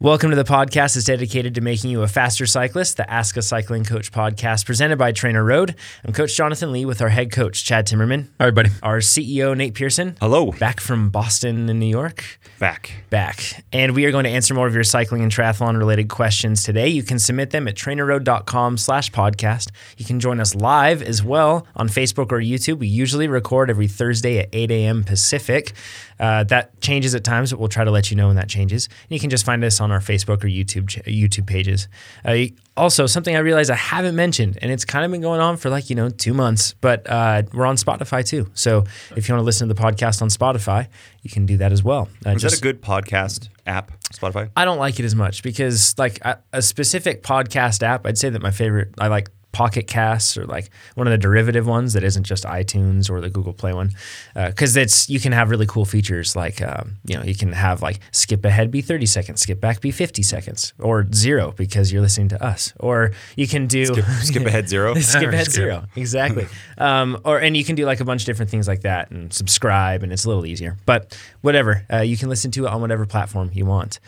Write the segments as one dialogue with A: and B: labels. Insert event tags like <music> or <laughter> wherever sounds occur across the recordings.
A: Welcome to the podcast is dedicated to making you a faster cyclist, the Ask a Cycling Coach podcast presented by Trainer Road. I'm Coach Jonathan Lee with our head coach, Chad Timmerman,
B: All right, buddy.
A: our CEO, Nate Pearson.
B: Hello.
A: Back from Boston and New York.
B: Back.
A: Back. And we are going to answer more of your cycling and triathlon related questions today. You can submit them at trainerroad.com slash podcast. You can join us live as well on Facebook or YouTube. We usually record every Thursday at 8 a.m. Pacific. Uh, that changes at times, but we'll try to let you know when that changes. And you can just find us on our Facebook or YouTube ch- YouTube pages. Uh, you- also, something I realized I haven't mentioned, and it's kind of been going on for like, you know, two months, but uh, we're on Spotify too. So if you want to listen to the podcast on Spotify, you can do that as well. Uh,
B: Is that a good podcast app,
A: <laughs>
B: Spotify?
A: I don't like it as much because like a, a specific podcast app, I'd say that my favorite I like Pocket Casts or like one of the derivative ones that isn't just iTunes or the Google Play one, because it's you can have really cool features like um, you know you can have like skip ahead be thirty seconds, skip back be fifty seconds, or zero because you're listening to us, or you can do <laughs>
B: Skip ahead zero.
A: skip ahead
C: <laughs>
A: zero exactly um, or and you can do like a bunch of different things like that and subscribe and it's a little easier but whatever uh, you can listen to it on whatever platform you want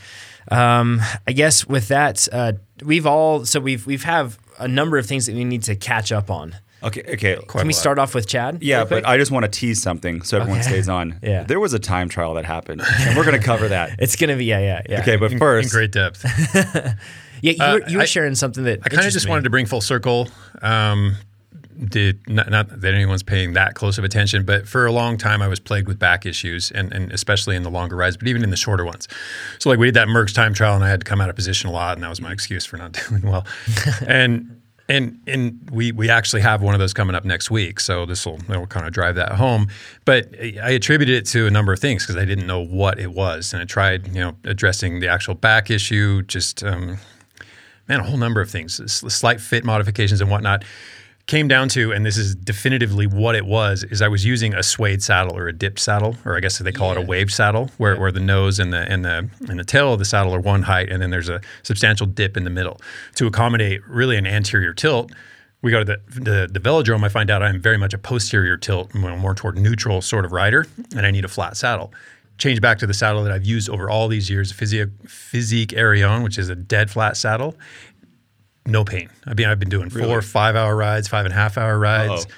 A: um, i guess with that uh, we've all so we've we've have a number of things that we need to catch up on
B: Okay. Okay.
A: can we start off with chad
B: Yeah,
A: real quick?
B: but I just want to tease something so everyone
A: Okay.
B: stays on.
A: Yeah.
B: There was a time trial that happened,
A: <laughs>
B: and we're going to cover that.
A: it's gonna be yeah yeah yeah
B: Okay, but
C: in,
B: first,
C: in great <laughs> depth.
A: yeah you were, you were
C: Uh, I-
A: sharing something that
C: I kind of just wanted to bring full circle. Um, did not, not that anyone's paying that close of attention, but for a long time I was plagued with back issues, and, and especially in the longer rides, but even in the shorter ones. So like we did that Merck's time trial, and I had to come out of position a lot, and that was my excuse for not <laughs> doing well. and and and we we actually have one of those coming up next week, so this will kind of drive that home. But I attributed it to a number of things because I didn't know what it was, and I tried you know addressing the actual back issue, just. Um, man, a whole number of things, s- slight fit modifications and whatnot. Came down to, and this is definitively what it was, is I was using a suede saddle or a dipped saddle, or I guess they call it a wave saddle, where, where the nose and the and the and the tail of the saddle are one height, and then there's a substantial dip in the middle to accommodate really an anterior tilt. We go to the, the the velodrome. I find out I'm very much a posterior tilt, more more toward neutral sort of rider, and I need a flat saddle change back to the saddle that I've used over all these years, Physio- Physique Arion, which is a dead flat saddle. No pain. I mean, I've been doing four, five hour rides, five and a half hour rides,
B: Uh-oh.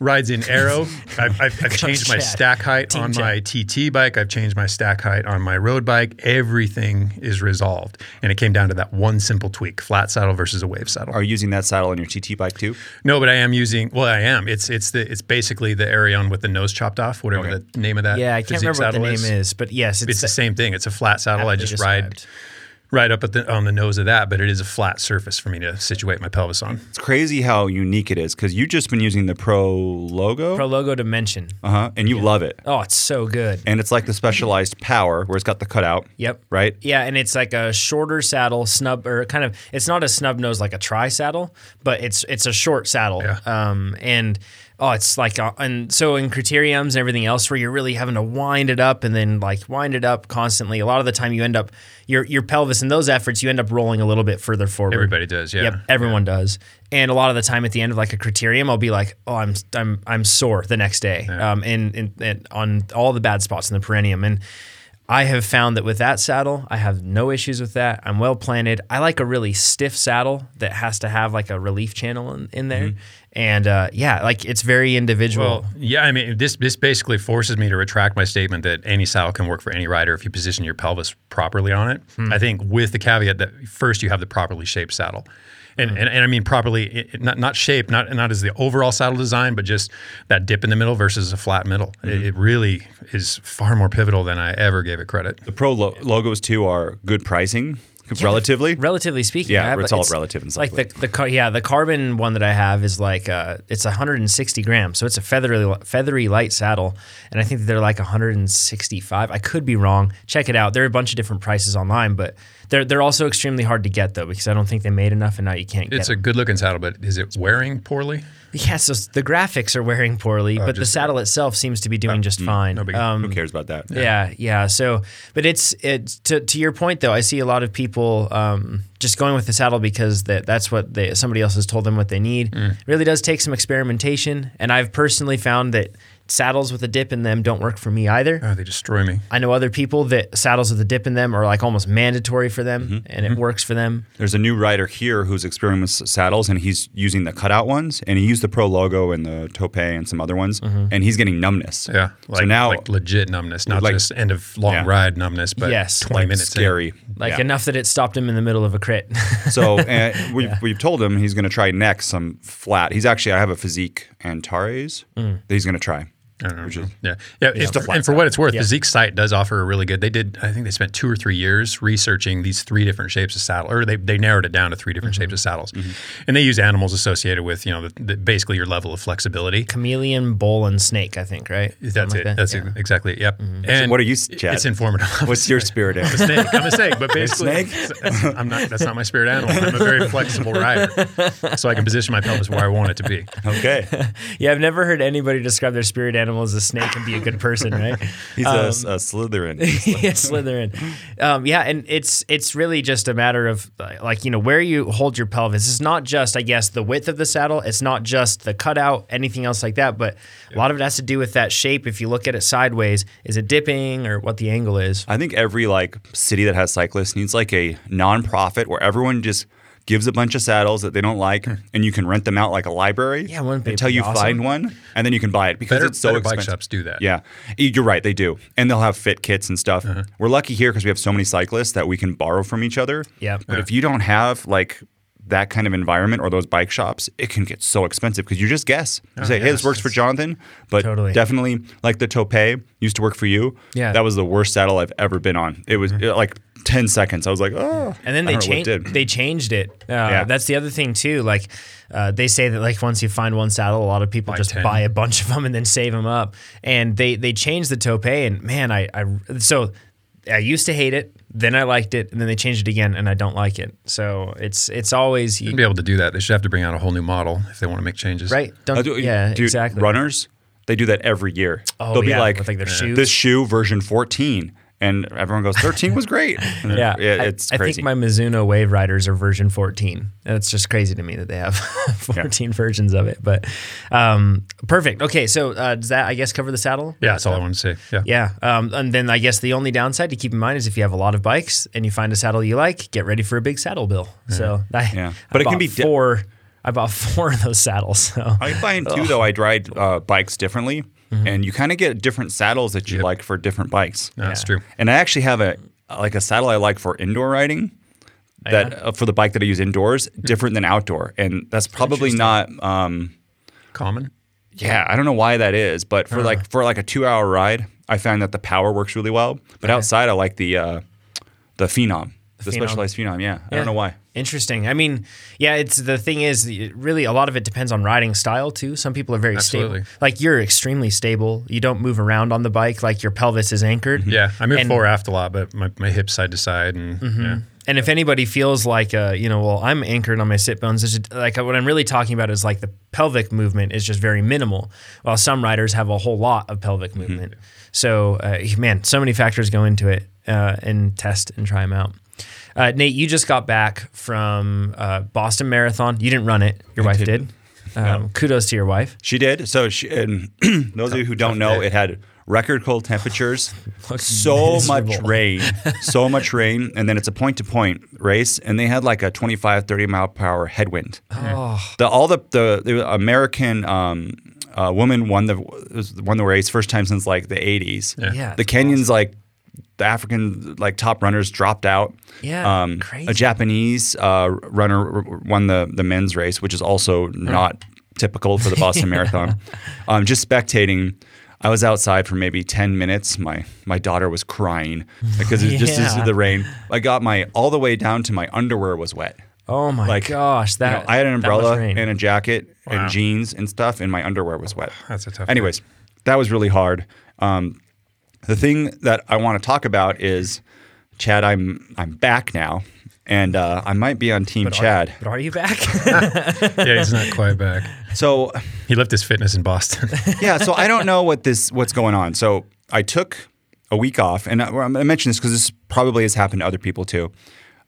C: rides in
B: <laughs>
C: arrow. I've, I've, I've changed my
A: Chad.
C: stack height
A: Team
C: on
A: Chad.
C: my TT bike. I've changed my stack height on my road bike. Everything is resolved. And it came down to that one simple tweak flat saddle versus a wave saddle.
B: are you using that saddle on your TT bike too?
C: No, but I am using, well, I am. It's it's the it's basically the Arion with the nose chopped off, whatever
B: Okay.
C: the name of that.
A: yeah i can't
C: Physique
A: remember what the
C: saddle
A: name is but yes it's,
C: it's the same thing. It's a flat saddle. I
A: aptly
C: just ride
A: described.
C: right up at the on the nose of that, but it is a flat surface for me to situate my pelvis on.
B: It's crazy how unique it is because you've just been using the Pro logo,
A: pro logo dimension
B: uh-huh, and you love it.
A: oh it's so good
B: And it's like the specialized power where it's got the cutout.
A: Yep.
B: Right?
A: Yeah, and it's like a shorter saddle, snub or kind of it's not a snub nose like a tri saddle, but it's it's a short saddle.
C: Yeah.
A: Um and oh, it's like uh and so in criteriums and everything else where you're really having to wind it up and then like wind it up constantly. A lot of the time you end up your your pelvis in those efforts you end up rolling a little bit further forward.
C: Everybody does, yeah.
A: Yep, everyone does. And a lot of the time at the end of like a criterium, I'll be like, oh, I'm I'm I'm sore the next day, um, and, and and on all the bad spots in the perineum. And I have found that with that saddle, I have no issues with that. I'm well planted. I like a really stiff saddle that has to have like a relief channel in, in there, and uh, yeah, like it's very individual.
C: Mm-hmm. Well, yeah, I mean this this basically forces me to retract my statement that any saddle can work for any rider if you position your pelvis properly on it.
B: Hmm.
C: I think with the caveat that first you have the properly shaped saddle. And,
B: Hmm.
C: and, and I mean properly, it- it- not not shape, not not as the overall saddle design, but just that dip in the middle versus a flat middle.
B: Hmm.
C: It, it really is far more pivotal than I ever gave it credit.
B: The Pro lo- logos too are good pricing relatively.
A: relatively speaking,
B: Yeah,
A: I have-
B: it's all relative and
A: like the the car, yeah the carbon one that I have is like uh, it's 160 grams, so it's a feathery feathery light saddle, and I think they're like 165. I could be wrong. Check it out. There are a bunch of different prices online, but they're they're also extremely hard to get though because I don't think they made enough, and now you can't get.
C: It's a good looking saddle, but is it wearing poorly?
A: them. yeah, so the graphics are wearing
C: Oh,
A: poorly, but the saddle itself seems to be doing just fine.
C: Uh, mm, no big deal.
A: um,
B: Who cares about that?
A: yeah, yeah. So, but it's it's to to your point though. I see a lot of people um, just going with the saddle because that that's what they somebody else has told them what they need. It really does take some experimentation, and I've personally found that saddles with a dip in them don't work for me either.
C: Oh, they destroy me.
A: I know other people that saddles with a dip in them are like almost mandatory for them and it works for them.
B: There's a new rider here who's experimenting with s- saddles, and he's using the cutout ones, and he used the Pro logo and the Tope and some other ones, and he's getting numbness.
C: Mm-hmm. Yeah, like,
B: so now
C: like legit numbness, not
B: like-
C: just end of long
B: Yeah.
C: ride numbness, but
A: Yes,
C: twenty
A: like
C: minutes. in.
B: scary.
A: Like
B: Yeah.
A: enough that it stopped him in the middle of a crit. <laughs>
C: <laughs>
B: So uh, we've, we've told him he's going to try next some flat. He's actually I have a physique Antares
C: Mm.
B: that he's going to try.
C: I don't
B: which
C: know.
B: is-
C: Mm-hmm. Yeah, yeah. if-
B: the flat
C: and for what it's worth, the Zeke site does offer a really good. They did, I think they spent two or three years researching these three different shapes of saddle, or they, they narrowed it down to three different shapes of
B: Mm-hmm.
C: saddles, and they use animals associated with you know the, the, basically your level of flexibility.
A: Chameleon, bull, and snake, I think, right?
C: That's
A: Something
C: it.
A: like that.
C: That's
A: Yeah.
C: it. exactly it. Yep. And
B: Mm-hmm. what are you, Chad?
C: <laughs> It's informative.
B: <laughs> What's your spirit animal?
C: snake. I'm a snake, but basically, <laughs>
B: snake?
C: I'm not. That's not my spirit animal. I'm
B: <laughs>
C: a very flexible rider, so I can position my pelvis where I want it to
B: <laughs>
C: be. <laughs>
B: Okay,
A: Yeah, I've never heard anybody describe their spirit animal as a snake and be a good person, right?
B: he's
C: Um,
B: a, a Slytherin.
A: <laughs> yeah, Slytherin. Um, yeah, and it's it's really just a matter of uh, like you know where you hold your pelvis. It's not just I guess the width of the saddle. It's not just the cutout, anything else like that. But a lot of it has to do with that shape. If you look at it sideways, is it dipping or what the angle is?
B: I think every like city that has cyclists needs like a nonprofit where everyone just gives a bunch of saddles that they don't like, and you can rent them out like a library.
A: Hmm. Yeah, wouldn't it
B: until
A: be
B: you
A: awesome?
B: find one, and then you can buy it because
C: Better,
B: it's so
C: better
B: expensive.
C: bike shops do that.
B: Yeah, Y- you're right. They do, and they'll have fit kits and stuff.
A: Uh-huh.
B: We're lucky here because we have so many cyclists that we can borrow from each other.
A: Yeah.
B: But if you don't have like that kind of environment or those bike shops, it can get so expensive because you just guess. You say, "Hey,
C: yeah,
B: this works for Jonathan," but
A: Oh, Totally.
B: definitely like the Tope used to work for you.
A: Yeah. Mm-hmm.
B: that was the worst saddle I've ever been on. It was uh, like ten seconds. I was like, "Oh,"
A: And then they
B: I don't know what it
A: changed.
B: did.
A: They changed it. Uh,
B: Yeah.
A: That's the other thing too. Like uh, they say that like once you find one saddle, a lot of people just
C: 10.
A: buy a bunch of them and then save them up. And they they changed the tope. And man, I, I so I used to hate it. Then I liked it, and then they changed it again, and I don't like it. So it's it's always
C: To be able to do that, they should have to bring out a whole new model if they want to make changes.
A: right. Don't,
B: I do-
A: yeah,
B: dude,
A: exactly.
B: Runners, they do that every year.
A: Oh,
B: They'll
A: yeah,
B: be like,
A: with, like, their shoes.
B: this shoe version 14. And everyone goes, 13
A: <laughs>
B: was great. And <laughs>
A: Yeah,
B: it-
A: I-
B: it's
A: I,
B: crazy.
A: think my Mizuno Wave Riders are version 14. And it's just crazy to me that they have <laughs> 14 versions of it. But um, perfect. Okay, so uh, does that I guess cover the saddle?
C: Yeah, that's all I want to say. Yeah.
A: Yeah, um, and then I guess the only downside to keep in mind is if you have a lot of bikes and you find a saddle you like, get ready for a big saddle bill. So I,
B: Yeah.
A: but
B: But
A: I
B: it can
A: bought
B: be di-
A: four. I bought <laughs> four of those saddles. So
B: I find too, though, I ride uh, bikes differently, and you kind of get different saddles that you like for different bikes.
C: No, That's
A: Mm-hmm. Yeah.
C: true.
B: And I actually have a like a saddle I like for indoor riding. That uh, for the bike that I use indoors,
A: Hmm.
B: different than outdoor, and that's probably not. Um,
C: Common.
B: yeah, I don't know why that is, but for like for like a two hour ride, I found that the power works really well. But outside, I like the uh, the Phenom, the,
A: Phenom.
B: specialized Phenom. Yeah, I
A: Yeah.
B: don't know why.
A: Interesting. I mean, yeah, it's the thing is it really a lot of it depends on riding style too. Some people are very
C: Absolutely.
A: stable. Like you're extremely stable. You don't move around on the bike like your pelvis is anchored.
C: Yeah, I move
A: And- Mm-hmm.
C: fore aft a lot, but my, my hips side to side and
A: <laughs>
C: yeah.
A: And if anybody feels like, uh, you know, well, I'm anchored on my sit bones, it's just, like what I'm really talking about is like the pelvic movement is just very minimal, while some riders have a whole lot of pelvic
B: Mm-hmm.
A: movement. So, uh, man, so many factors go into it uh, and test and try them out. Uh, Nate, you just got back from uh, Boston Marathon. You didn't run it, your wife did. Um, kudos to your wife.
B: She did. So she, and <clears throat> those of you who don't know, it had record cold temperatures, so much
A: miserable.
B: rain, so much rain, and then it's a point to point race, and they had like a 25, 30 mile per hour headwind.
A: Oh,
B: The all the the, the American. Um, uh, woman won the was- won the race first time since like the 80s.
A: Yeah,
B: the
A: that's
B: Kenyans like the African like top runners dropped out. Um,
A: Yeah,
B: A
A: crazy.
B: Japanese uh, runner r- won the the men's race, which is also not typical for the
A: <laughs>
B: Boston Marathon. Um, just spectating. I was outside for maybe ten minutes. My my daughter was crying because it was just
A: Yeah.
B: just the rain. I got my all the way down to my underwear was wet.
A: Oh my
B: Like,
A: gosh,
B: You know,
A: that
B: I had an
A: that much
B: umbrella
A: rain.
B: and a jacket and jeans and stuff, and my underwear was wet.
C: <sighs> That's a tough
B: Anyways, that was really hard. Um, the thing that I want to talk about is Chad. I'm I'm back now, and uh, I might be on Team Chad.
A: But are you back? <laughs>
C: yeah, he's not quite back.
B: So
C: He left his fitness in Boston. <laughs>
B: yeah, so I don't know what this what's going on. So I took a week off, and I, I mentioned this because this probably has happened to other people too.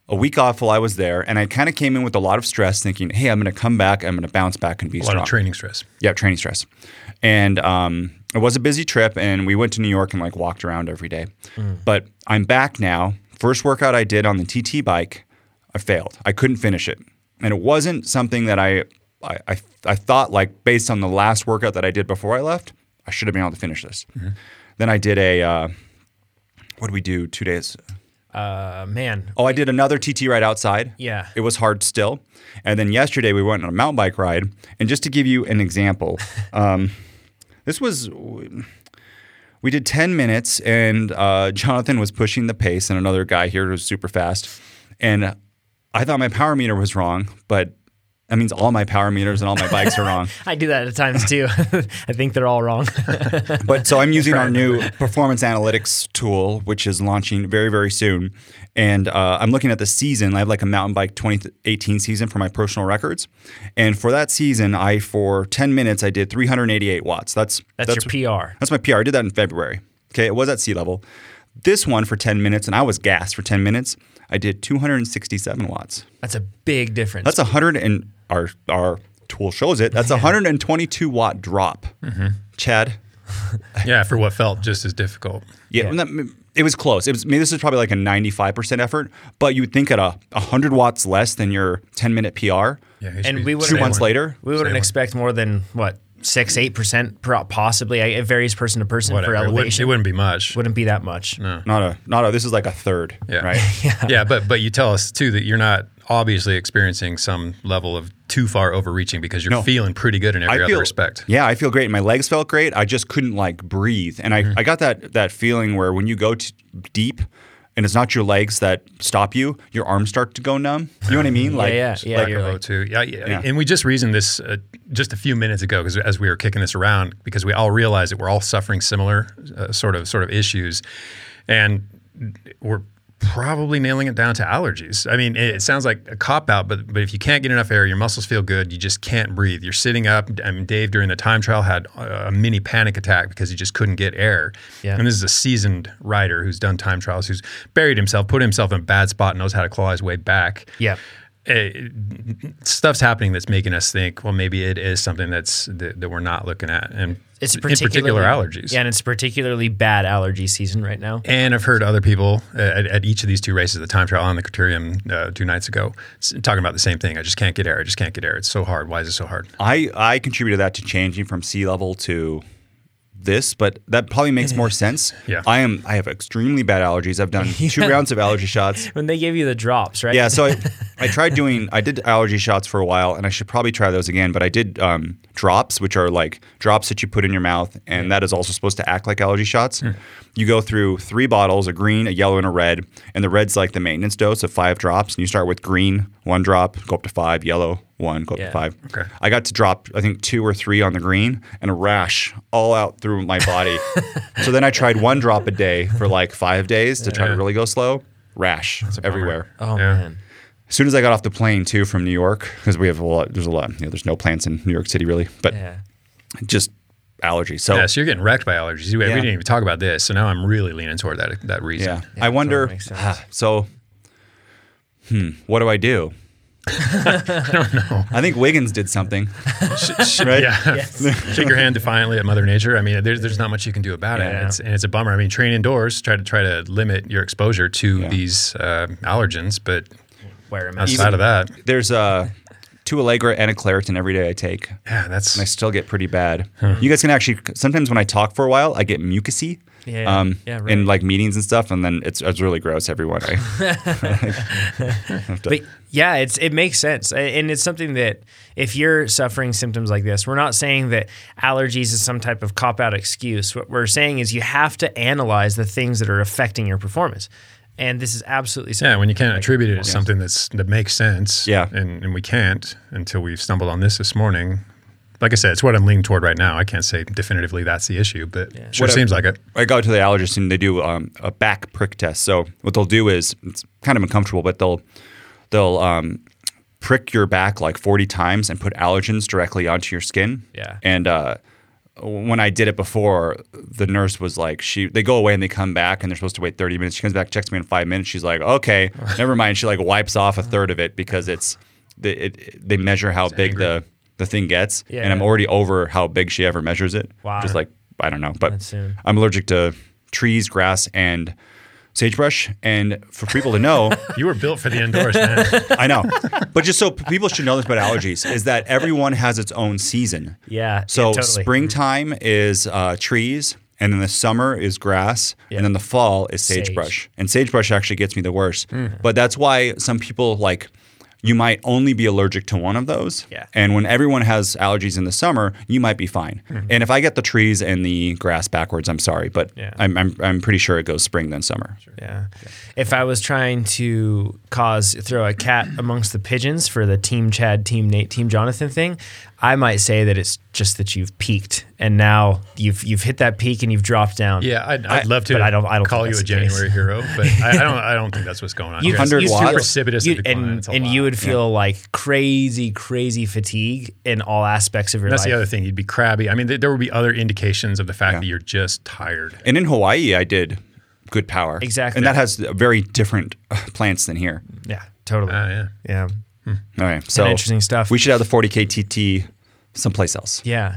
B: A week off while I was there, and I kind of came in with a lot of stress, thinking, "Hey, I'm going to come back. I'm going to bounce back and be
C: a lot
B: strong."
C: of training stress.
B: Yeah, training stress. And um, it was a busy trip and we went to New York and like walked around every day. But I'm back now. First workout I did on the TT bike, I failed. I couldn't finish it. And it wasn't something that I I, I, I thought like based on the last workout that I did before I left, I should have been able to finish this. Then I did a uh, what did we do two days?
A: Uh, man,
B: Oh, I did another TT ride outside.
A: Yeah.
B: It was hard still. And then yesterday we went on a mountain bike ride. And just to give you an example, um, this was, we did 10 minutes and uh, Jonathan was pushing the pace and another guy here was super fast. And I thought my power meter was wrong, but that means all my power meters and all my bikes are wrong.
A: I do that at times too. <laughs> I think they're all wrong.
B: But so I'm using our new performance analytics tool, which is launching very, very soon. And uh, I'm looking at the season. I have like a mountain bike 2018 season for my personal records. And for that season, I, for 10 minutes, I did 388 watts. That's,
A: <laughs> That's, your PR.
B: that's my PR. I did that in February. Okay. It was at sea level. This one for 10 minutes, and I was gassed for 10 minutes. I did 267 watts.
A: That's a big difference.
B: That's 100 and our, our tool shows it. That's a 122 watt drop.
A: Mm-hmm.
B: Chad,
C: Yeah, for what felt just as difficult.
B: Yeah, and that- it was close. It was. I mean, this is probably like a ninety-five percent effort, but you would think at a hundred watts less than your ten-minute PR.
C: Yeah,
A: and we
B: Two
A: wouldn't
B: months later,
A: we wouldn't
C: one.
A: expect more than what six eight percent possibly. I, it varies person to person
C: whatever.
A: for
C: It wouldn't,
A: elevation.
C: it
A: Wouldn't,
C: wouldn't
A: <laughs>
C: be much.
A: be that much.
B: not a, not a. This is like a third,
C: Yeah.
B: right?
C: <laughs> yeah, but but you tell us too that you're not obviously experiencing some level of too far overreaching because you're
B: No.
C: feeling pretty good in every
B: I
C: other
B: feel
C: respect.
B: Yeah, I feel great. My legs felt great. I just couldn't like breathe, and I, I got that that feeling where when you go t- deep, and it's not your legs that stop you, your arms start to go numb. You know what I mean? Like
A: yeah, yeah,
B: like-
A: you're
C: Oh,
A: like-
C: too. Yeah, yeah. And we just reasoned this uh, just a few minutes ago because as we were kicking this around, because we all realized that we're all suffering similar uh, sort of sort of issues, and we're probably nailing it down to allergies. I mean, it, it sounds like a cop out, but but if you can't get enough air, your muscles feel good, you just can't breathe. You're sitting up. I mean, Dave during the time trial had a a mini panic attack because he just couldn't get air.
A: Yeah.
C: And this is a seasoned rider who's done time trials, who's buried himself, put himself in a bad spot, knows how to claw his way back
A: yeah.
C: it, uh, stuff's happening that's making us think, well, maybe it is something that's that, that we're not looking at, and
A: It's
C: in particular
A: particularly-
C: allergies.
A: Yeah, and it's particularly bad allergy season right now.
C: And I've heard other people uh, at, at each of these two races, the time trial and the criterium uh, two nights ago, s- talking about the same thing. I just can't get air. I just can't get air. It's so hard. Why is it so hard?
B: I I contributed that to changing from sea level to this, but that probably makes more sense.
C: Yeah.
B: I am I have extremely bad allergies. I've done two rounds of allergy shots.
A: When they give you the drops, right?
B: Yeah, so I,
A: <laughs>
B: I tried doing I did allergy shots for a while, and I should probably try those again. But I did um, drops, which are like drops that you put in your mouth, and that is also supposed to act like allergy shots.
A: Hmm.
B: You go through three bottles: a green, a yellow, and a red. And the red's like the maintenance dose of five drops, and you start with green, one drop, go up to five, yellow, one, go up
A: Yeah.
B: to five.
C: Okay.
B: I got to drop I think two or three on the green, and a rash all out through my
A: <laughs>
B: body. so then I tried one drop a day for like five days to try to really go slow. Rash everywhere.
A: Oh
C: Yeah.
A: man.
B: As soon as I got off the plane too from New York, because we have a lot, there's a lot, you know, there's no plants in New York City really, but
A: Yeah.
B: just allergies. So,
C: Yeah, so you're getting wrecked by allergies. We, we
B: Yeah.
C: didn't even talk about this. So now I'm really leaning toward that that
B: yeah.
C: reason.
B: I wonder,
A: totally makes sense.
B: <sighs> ah, so, hmm, what do
A: <laughs>
B: I do? I don't know. I think Wiggins did something, <laughs> right?
C: <laughs> Yeah. Shake your hand defiantly at Mother Nature. I mean, there's, there's not much you can do about it.
A: Yeah.
C: It's, and it's a bummer. I mean, train indoors, try to try to limit your exposure to these uh, allergens, but
A: Wear a mask.
C: outside of that,
B: There's uh, two Allegra and a Claritin every day I take.
C: yeah, that's
B: I still get pretty bad. You guys can actually sometimes when I talk for a while, I get mucusy.
A: Yeah,
B: Um,
A: yeah, right.
B: In like meetings and stuff, and then it's, it's really gross. Everyone, I,
A: But yeah, it's it makes sense, A- and it's something that if you're suffering symptoms like this, we're not saying that allergies is some type of cop out excuse. What we're saying is you have to analyze the things that are affecting your performance, and this is absolutely something.
C: yeah. When you can't attribute it to something that's that makes sense,
B: Yeah.
C: and, and we can't until we've stumbled on this this morning. Like I said, it's what I'm leaning toward right now. I can't say definitively that's the issue, but sure
B: What I-
C: seems like it.
B: I go to the allergist and they do um, a back prick test. So what they'll do is it's kind of uncomfortable, but they'll they'll um, prick your back like 40 times and put allergens directly onto your skin.
A: Yeah.
B: And uh, when I did it before, the nurse was like, she they go away and they come back and they're supposed to wait 30 minutes. She comes back, checks me in five minutes. She's like, okay, never mind. She like wipes off
A: Uh-huh.
B: a third of it because it's the, it, they measure how big the the thing gets,
A: Yeah.
B: and I'm already over how big she ever measures it.
A: Wow.
B: Just like I don't know, but
A: That's soon.
B: I'm allergic to trees, grass, and sagebrush. And for people to know,
C: You were built for the indoors, man. <laughs>
B: I know, but just so people should know this about allergies is that everyone has its own season.
A: Yeah.
B: So
A: yeah, totally.
B: springtime is uh, trees, and then the summer is grass, and then the fall is
A: Sage. Mm.
B: sagebrush. And sagebrush actually gets me the worst. But that's why some people like you might only be allergic to one of those.
A: Yeah.
B: And when everyone has allergies in the summer, you might be fine.
A: Mm-hmm.
B: And if I get the trees and the grass backwards, I'm sorry, but
A: Yeah.
B: I'm, I'm I'm pretty sure it goes spring then summer.
A: Yeah. If I was trying to cause throw a cat amongst the pigeons for the team Chad, team Nate, team Jonathan thing, I might say that it's just that you've peaked and now you've you've hit that peak and you've dropped down.
C: Yeah, I'd, I'd love to.
A: but I don't- I don't
C: call
A: think
C: you
A: that's
C: a
A: the case.
C: January hero, but I, I don't. I don't think that's what's going on.
A: <laughs> You,
C: here.
B: Hundred
A: you
C: It's
A: feel-
B: watts?
C: precipitous
A: you-
C: decline.
A: and
C: It's a
A: and
C: lot.
A: you would feel like crazy, crazy fatigue in all aspects of your
C: That's
A: life.
C: the other thing. You'd be crabby. I mean, th- there would be other indications of the fact that you're
A: <laughs>
C: just tired.
B: And in Hawaii, I did good power.
A: Exactly.
B: And that has very different uh, plants than here.
A: Yeah, totally.
C: Oh yeah.
A: yeah.
B: All right. So
A: interesting stuff.
B: We should have the 40k TT someplace else.
A: Yeah.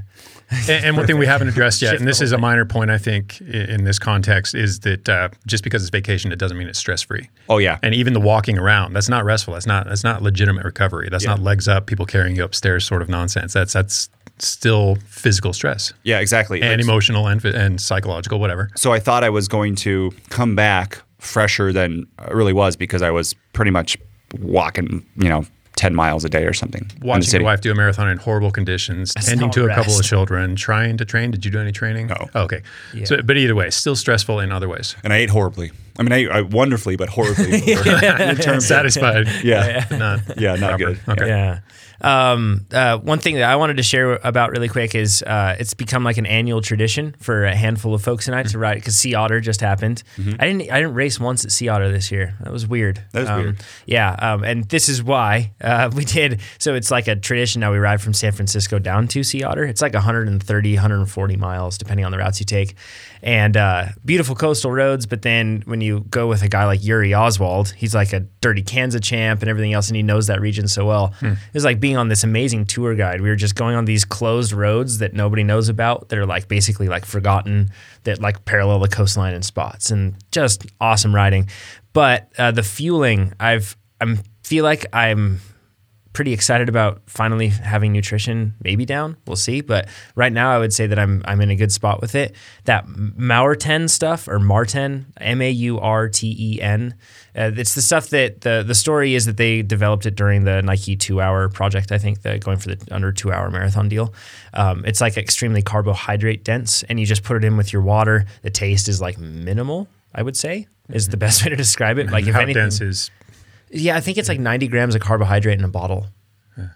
C: And, and one thing we haven't
A: <laughs>
C: addressed yet, and this is a minor point, I think, i- in this context, is that uh, just because it's vacation, it doesn't mean it's stress free.
B: Oh yeah.
C: And even the walking around, that's not restful. That's not that's not legitimate recovery. That's not legs up, people carrying you upstairs, sort of nonsense. That's that's still physical stress
B: yeah, exactly.
C: and
B: Like,
C: emotional and, phy- and psychological, whatever.
B: so I thought I was going to come back fresher than I really was because I was pretty much walking, you know, 10 miles a day or something. in the
C: Watching
B: city.
C: your wife do a marathon in horrible conditions, tending
A: not
C: to a couple of
A: rest.
C: children, trying to train. Did you do any training?
B: No.
C: Oh, okay. So, but either way, still stressful in other ways.
B: And I ate horribly. I mean, I, ate- I wonderfully, but
C: <laughs>
B: horribly. <laughs> In terms of-
C: Satisfied.
B: yeah.
C: but Not
B: Yeah, not
C: proper.
B: good.
C: Okay.
A: Yeah. Um, uh, one thing that I wanted to share about really quick is uh, it's become like an annual tradition for a handful of folks and I to ride because Sea Otter just happened. I didn't I didn't race once at Sea Otter this year. That was weird. That
B: was weird.
A: Yeah, um, and this is why uh, <laughs> we did. So it's like a tradition now. We ride from San Francisco down to Sea Otter. It's like 130, 140 miles depending on the routes you take, and uh, beautiful coastal roads. But then when you go with a guy like Yuri Oswald, he's like a dirty Kansas champ and everything else, and he knows that region so well. It was like being on this amazing tour guide. We were just going on these closed roads that nobody knows about that are like basically like forgotten that like parallel the coastline in spots and just awesome riding. But uh, the fueling, I've I'm feel like I'm pretty excited about finally having nutrition maybe down. We'll see, but right now I would say that I'm I'm in a good spot with it. That Maurten stuff or Marten, M A U R T E N. Uh, it's the stuff that the the story is that they developed it during the Nike two hour project. I think the going for the under two hour marathon deal. Um, it's like extremely carbohydrate dense, and you just put it in with your water. The taste is like minimal. I would say is the best <laughs> way to describe it. Like if
C: Mm-hmm. How
A: anything,
C: dense is
A: yeah, I think it's like 90 grams of carbohydrate in a bottle.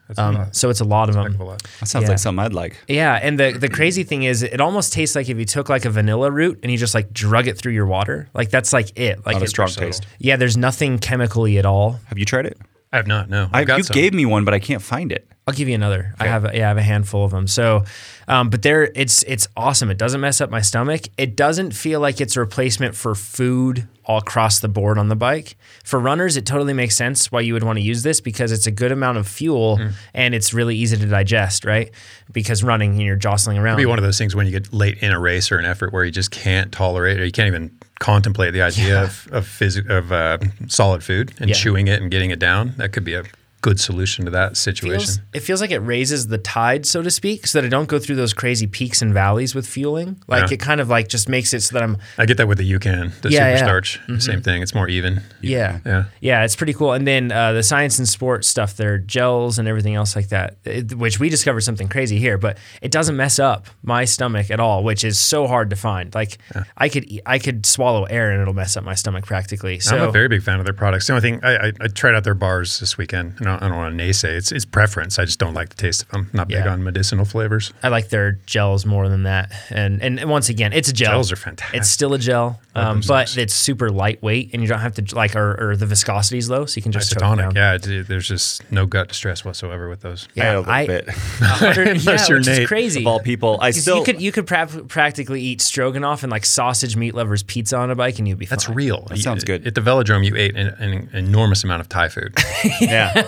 C: that's
A: Um,
C: not
A: so it's a lot of
C: a
A: them.
C: lot.
B: That sounds
A: Yeah.
B: like something I'd like.
A: Yeah, and the the crazy thing is, it almost tastes like if you took like a vanilla root and you just like drug it through your water. Like that's like it. Like
B: Not a
A: it-
B: strong
C: subtle.
B: taste.
A: Yeah, there's nothing chemically at all.
B: Have you tried it?
C: I have not. No,
B: I,
C: I've got
B: you
C: some.
B: gave me one, but I can't find it.
A: I'll give you another. I have yeah, I have a handful of them. So, um, but there, it's it's awesome. It doesn't mess up my stomach. It doesn't feel like it's a replacement for food all across the board on the bike. For runners, it totally makes sense why you would want to use this because it's a good amount of fuel
C: Hmm.
A: and it's really easy to digest, right? Because running and you're jostling around.
C: be one of those things when you get late in a race or an effort where you just can't tolerate or you can't even contemplate the idea of of, physi- of uh, solid food and
A: Yeah.
C: chewing it and getting it down. That could be a good solution to that situation.
A: feels- it feels like it raises the tide, so to speak, so that I don't go through those crazy peaks and valleys with fueling. Like
C: Yeah.
A: it kind of like just makes it so that I'm
C: I get that with the UCAN, the
A: Yeah, Mm-hmm.
C: super
A: yeah.
C: starch. Same thing. It's more even.
A: yeah.
C: Yeah.
A: Yeah, it's pretty cool. And then uh, the science and sports stuff, their gels and everything else like that, it, which we discovered something crazy here, but it doesn't mess up my stomach at all, which is so hard to find. Like I could eat- I could swallow air and it'll mess up my stomach practically. So
C: I'm a very big fan of their products. The only thing I, I, I tried out their bars this weekend, and I don't, I don't want to naysay. It's it's preference. I just don't like the taste of them. Not big
A: Yeah.
C: on medicinal flavors.
A: I like their gels more than that. And and once again, it's a gel.
C: Gels are fantastic.
A: It's still a gel, um, but it's super lightweight, and you don't have to like or, or the viscosity is low, so you can just choke it
C: Isotonic.
A: down.
C: Yeah. It, there's just no gut distress whatsoever with those.
B: I had a little
A: I-
B: bit.
A: <laughs> yeah,
C: you're
A: which is
C: Nate.
A: crazy.
B: Of all people, I
A: 'Cause
B: still
A: you could you could pra- practically eat stroganoff and like sausage meat lovers pizza on a bike, and you'd be fine.
C: That's real. That
B: sounds good.
C: At the velodrome, you ate an, an
B: <laughs>
A: <laughs>
C: enormous amount of Thai food.
B: yeah.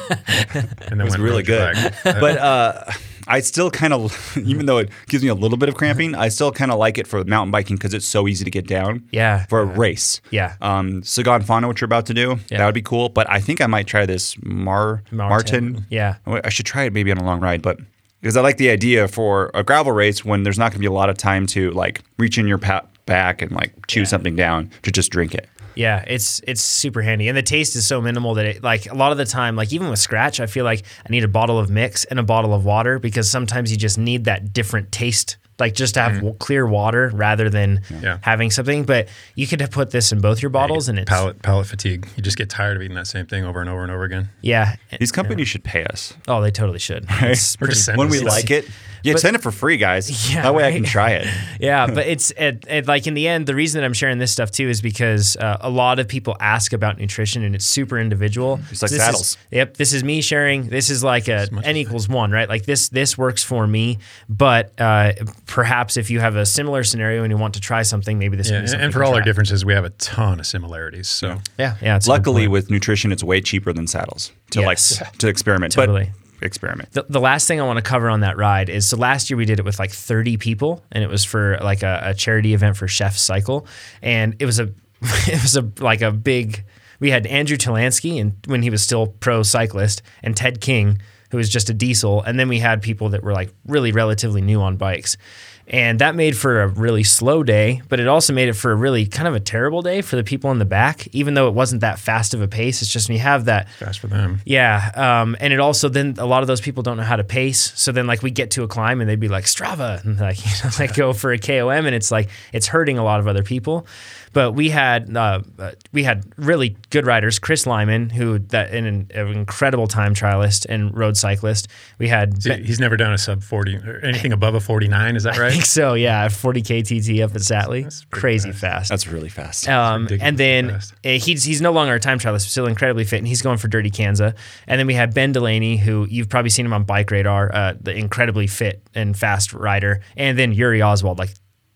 C: And then
B: <laughs>
C: it
B: was really good.
C: Back.
B: but uh, I still kind of, <laughs> even though it gives me a little bit of cramping, I still kind of like it for mountain biking because it's so easy to get down.
A: Yeah.
B: For a race.
A: Yeah.
B: Um, Sagan Fauna, what you're about to do, that would be cool. But I think I might try this Mar Martin.
A: Yeah.
B: I I should try it maybe on a long ride, but because I like the idea for a gravel race when there's not going to be a lot of time to like reach in your pa- back and like chew something down to just drink it.
A: Yeah, it's it's super handy, and the taste is so minimal that it like a lot of the time, like even with scratch, I feel like I need a bottle of mix and a bottle of water because sometimes you just need that different taste, like just to have
B: Mm-hmm.
A: w- clear water rather than
C: Yeah.
A: having something. But you could have put this in both your bottles, and it's
C: Palate palate fatigue. You just get tired of eating that same thing over and over and over again.
A: yeah.
B: These companies should pay us
A: Oh, they totally should. It's
C: Or just
A: pretty-
C: send
B: when
C: us
B: we
C: this.
A: <laughs>
B: like it. Yeah, send it for free, guys.
A: Yeah,
B: that way I can
A: right.
B: try it.
A: yeah, but it's it, it, like in the end, the reason that I'm sharing this stuff too is because uh, a lot of people ask about nutrition and it's super individual. It's
B: like
A: this is-
B: saddles.
A: yep, this is me sharing. This is like a n equals one, right? Like this this works for me, but uh, perhaps if you have a similar scenario and you want to try something, maybe this.
C: Yeah,
A: would be
C: and,
A: something
C: and
A: to
C: for all our
A: try.
C: differences, we have a ton of similarities. So
A: yeah, yeah. it's a good
B: Luckily,
A: point.
B: with nutrition, it's way cheaper than saddles to
A: Yes.
B: like to experiment.
A: Totally.
B: But experiment.
A: the, the last thing I want to cover on that ride is so last year we did it with like 30 people and it was for like a, a charity event for Chef Cycle and it was a <laughs> it was a like a big we had Andrew Talansky and when he was still pro cyclist and Ted King who was just a diesel and then we had people that were like really relatively new on bikes and that made for a really slow day, but it also made it for a really kind of a terrible day for the people in the back, even though it wasn't that fast of a pace. It's just when you have that
C: that's for them.
A: yeah, um, and it also then a lot of those people don't know how to pace. So then like we get to a climb and they'd be like Strava <laughs> and like you know like go for a KOM and it's like it's hurting a lot of other people. But we had uh, uh, we had really good riders, Chris Lyman, who that an, an incredible time trialist and road cyclist. We had
C: See, he's never done a sub 40 or anything above a 49. Is that
A: I think
C: right?
A: <laughs> so yeah, 40k TT up at Satley,
C: pretty
A: crazy fast.
B: That's really fast.
A: Um, and
C: ridiculously
A: then
C: fast.
A: uh, he's he's no longer a time trialist, but still incredibly fit, and he's going for Dirty Kansas. And then we have Ben Delaney, who you've probably seen him on Bike Radar, uh, the incredibly fit and fast rider. And then Yuri Oswald, like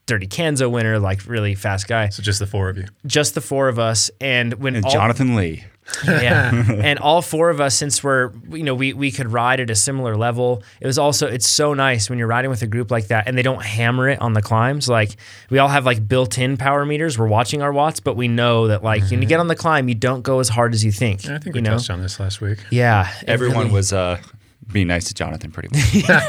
A: Dirty Kansas winner, like really fast guy.
C: So just the four of you.
A: Just the four of us, and when
B: and
A: all,
B: Jonathan Lee.
A: yeah,
C: <laughs>
A: and all four of us, since we're you know we we could ride at a similar level. It was also it's so nice when you're riding with a group like that, and they don't hammer it on the climbs. Like we all have like built-in power meters. We're watching our watts, but we know that like when you get on the climb, you don't go as hard as you think.
C: Mm-hmm. I think we
A: you know.
C: touched on this last week.
A: Yeah, it
B: Everyone
A: really-
B: was uh, being nice to Jonathan pretty much.
A: <laughs>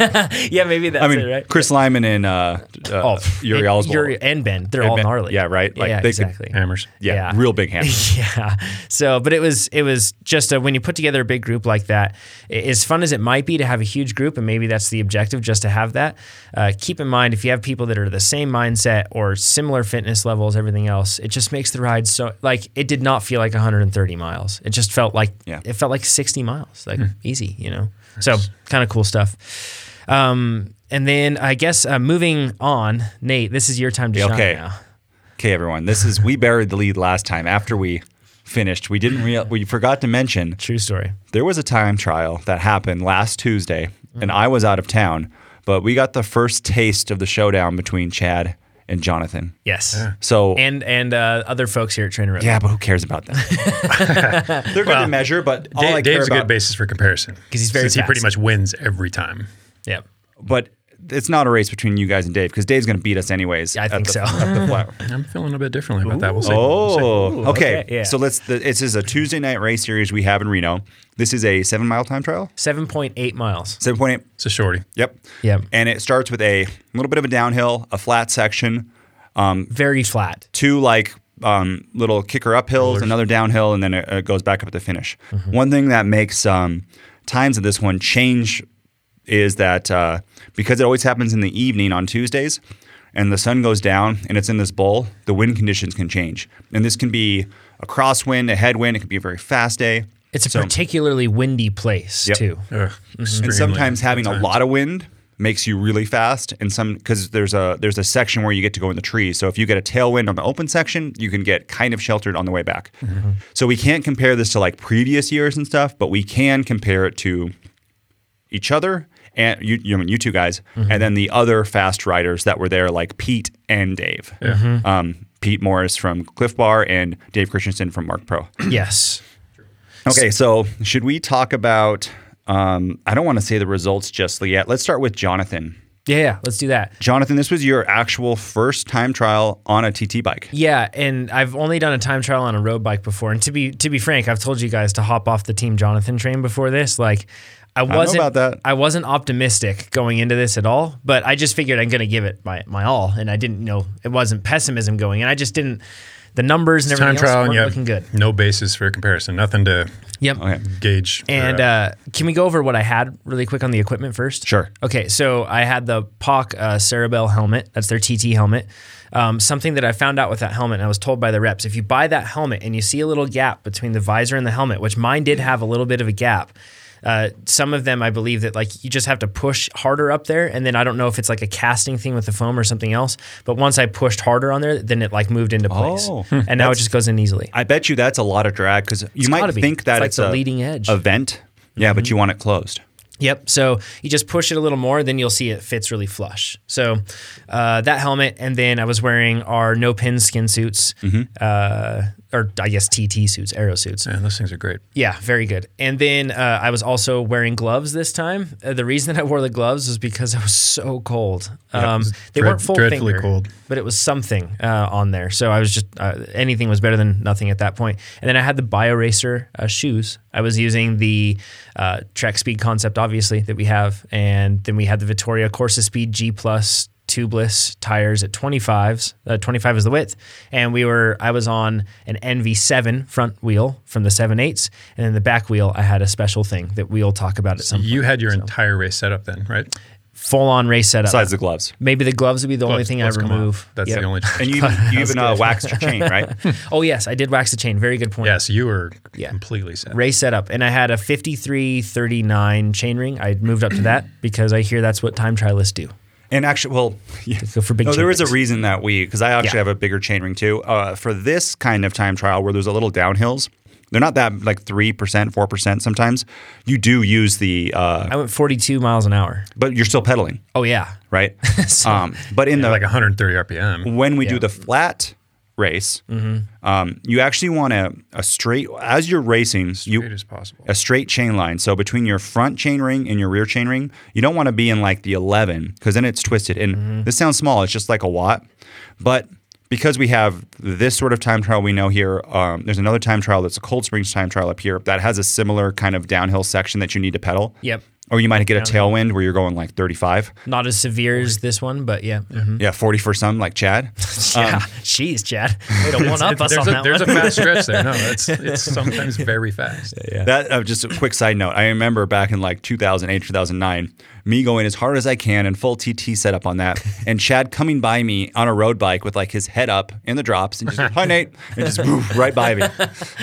A: Yeah, maybe that's
B: I mean,
A: it, right?
B: Chris Lyman and uh, uh, Uri
A: and, <laughs>
B: Oswald.
A: Yuri and Ben, they're
B: And
A: all
B: Ben-
A: gnarly.
B: yeah, right? Like,
A: yeah,
B: they could-
A: exactly.
C: Hammers.
B: yeah,
A: yeah.
B: real
A: <laughs>
B: big hand.
A: yeah. So, but it was it was just a, when you put together a big group like that, i- as fun as it might be to have a huge group, and maybe that's the objective, just to have that. Uh, keep in mind if you have people that are the same mindset or similar fitness levels, everything else, it just makes the ride so like it did not feel like 130 miles. It just felt like
B: Yeah.
A: it felt like 60 miles, like easy, you know. So kind of cool stuff. Um, and then I guess uh, moving on, Nate, this is your time to shine
B: okay.
A: now.
B: Okay, everyone. This is we buried the lead last time after we finished. We didn't real we forgot to mention
A: True story.
B: there was a time trial that happened last Tuesday, and
A: Mm.
B: I was out of town, but we got the first taste of the showdown between Chad and Jonathan.
A: Yes.
B: So
A: and and uh, other folks here at Trainer Road.
B: yeah, but who cares
A: <laughs>
B: about them? They're good to measure, but all I
C: Dave,
B: care
C: Dave's a
B: about,
C: good basis for comparison
A: 'Cause he's very
C: since he pretty
A: fast.
C: much wins every time.
A: yeah,
B: but it's not a race between you guys and Dave because Dave's going to beat us anyways.
A: I
B: at
A: think
B: the-
A: so.
B: <laughs> at
A: <laughs>
B: the flat-
C: I'm feeling a bit differently about that. We'll see.
B: Oh, okay.
A: okay, yeah.
B: So let's. The, this is a Tuesday night race series we have in Reno. This is a seven mile time trial.
A: seven point eight miles.
B: Seven point eight.
C: It's a shorty.
B: Yep.
A: Yep.
B: And it starts with a little bit of a downhill, a flat section,
A: Very flat.
B: two like um, little kicker up hills, another downhill, and then it, it goes back up at the finish.
A: Mm-hmm.
B: One thing that makes um, times of this one change is that uh, because it always happens in the evening on Tuesdays, and the sun goes down and it's in this bowl, the wind conditions can change, and this can be a crosswind, a headwind. It can be a very fast day.
A: It's a
B: So-
A: particularly windy place
B: Yep.
A: <clears throat> too.
C: Ugh, extremely
B: and sometimes having a
C: times.
B: lot of wind makes you really fast and some because there's a there's a section where you get to go in the trees so if you get a tailwind on the open section you can get kind of sheltered on the way back
C: Mm-hmm.
B: so we can't compare this to like previous years and stuff but we can compare it to each other and you, you, I mean, you two guys
C: Mm-hmm.
B: and then the other fast riders that were there like pete and dave
C: Mm-hmm.
B: um, pete morris from cliff bar and dave christensen from mark pro
A: Yes.
B: Okay, so should we talk about Um, I don't want to say the results just yet. Let's start with Jonathan.
A: Yeah, yeah, let's do that.
B: Jonathan, this was your actual first time trial on a TT bike.
A: Yeah, and I've only done a time trial on a road bike before. And to be to be frank, I've told you guys to hop off the team Jonathan train before this. Like I
B: know
A: wasn't
B: about that.
A: I wasn't optimistic going into this at all, but I just figured I'm going to give it my my all and I didn't know it wasn't pessimism going and I just didn't the numbers and
C: Time
A: everything else
C: trial,
A: weren't
C: and you have
A: looking good.
C: no basis for comparison. Nothing to
A: Yep.
B: Okay.
C: gauge. or,
A: And uh, can we go over what I had really quick on the equipment first?
B: Sure.
A: Okay, so I had the POC uh, Cerebel helmet. That's their TT helmet. Um, something that I found out with that helmet, and I was told by the reps, if you buy that helmet and you see a little gap between the visor and the helmet, which mine did have a little bit of a gap. Uh, some of them, I believe that like you just have to push harder up there, and then I don't know if it's like a casting thing with the foam or something else. But once I pushed harder on there, then it like moved into place,
B: Oh.
A: and now it just goes in easily.
B: I bet you that's a lot of drag because you might
A: gotta be.
B: think that
A: It's like
B: it's
A: the
B: a
A: leading edge. Mm-hmm.
B: a vent. Yeah, but you want it closed.
A: Yep. So you just push it a little more, then you'll see it fits really flush. So uh, that helmet, and then I was wearing our no pin skin suits,
C: Mm-hmm.
A: uh, or I guess TT suits, aero suits.
C: man, those things are great.
A: Yeah, very good. And then uh, I was also wearing gloves this time. Uh, the reason <laughs> that I wore the gloves was because I was so cold. Um, they
C: dread-
A: weren't full
C: dreadfully
A: finger,
C: cold.
A: but it was something uh, on there. So I was just uh, anything was better than nothing at that point. And then I had the BioRacer uh, shoes. I was using the uh, Trek Speed concept, obviously that we have, and then we had the Vittoria Corsa Speed G Plus tubeless tires at 25s. Uh, 25 is the width, and we were. I was on an NV7 front wheel from the 7.8s, and then the back wheel. I had a special thing that we'll talk about at some
C: You had your entire race set up then, right?
A: full on race setup.
B: Besides
A: <laughs>
B: the gloves,
A: Maybe the gloves would be the only
C: Gloves-
A: thing I
C: gloves come off.
A: remove.
C: That's
A: Yep.
C: the only. <laughs>
B: and you even, you even uh, waxed your
A: <laughs>
B: chain, right?
A: Oh yes, I did wax the chain. Very good point.
C: Yes, you were
A: Yeah.
C: completely set.
A: Race setup, and I had a 5339 chain ring. I moved up to that because I hear that's what time trialists do.
B: And actually, well, <laughs> yeah.
A: Go for big
B: no, there
A: chain
B: was a
A: rings.
B: reason that we because I actually
A: Yeah.
B: have a bigger chain ring too. Uh, for this kind of time trial where there's a little downhills, they're not that like three percent, four percent sometimes. You do use the, uh,
A: I went 42 miles an hour.
B: but you're still pedaling,
A: Oh yeah,
B: right?
A: <laughs> So-
B: um, but in the
C: Like 130 RPM.
B: when we do the flat race,
A: Mm-hmm.
B: um, you actually want a, a straight as you're racing,
C: It
B: you
C: is possible.
B: a straight chain line. So between your front chain ring and your rear chain ring, you don't want to be in like the 11 because then it's twisted. And
A: Mm-hmm.
B: this sounds small, it's just like a watt. But because we have this sort of time trial we know here, um, there's another time trial that's a Cold Springs time trial up here that has a similar kind of downhill section that you need to pedal.
A: Yep.
B: Or you might get a tailwind where you're going like 35.
A: not as severe as this one, but yeah. Mhm.
B: Yeah, Um, 40 for some, like Chad.
A: <laughs> Yeah. Jeez, Chad, way to one up us
C: There's
A: on
C: a,
A: that
C: there's a
A: one.
C: fast stretch there. No, it's, it's sometimes very fast.
B: That uh, just a quick side note. I remember back in like 2008, 2009, me going as hard as I can and full TT setup on
C: <laughs>
B: that, and Chad coming by me on a road bike with like his head up in the drops and just hi Nate and just woof, right by me.
C: <laughs>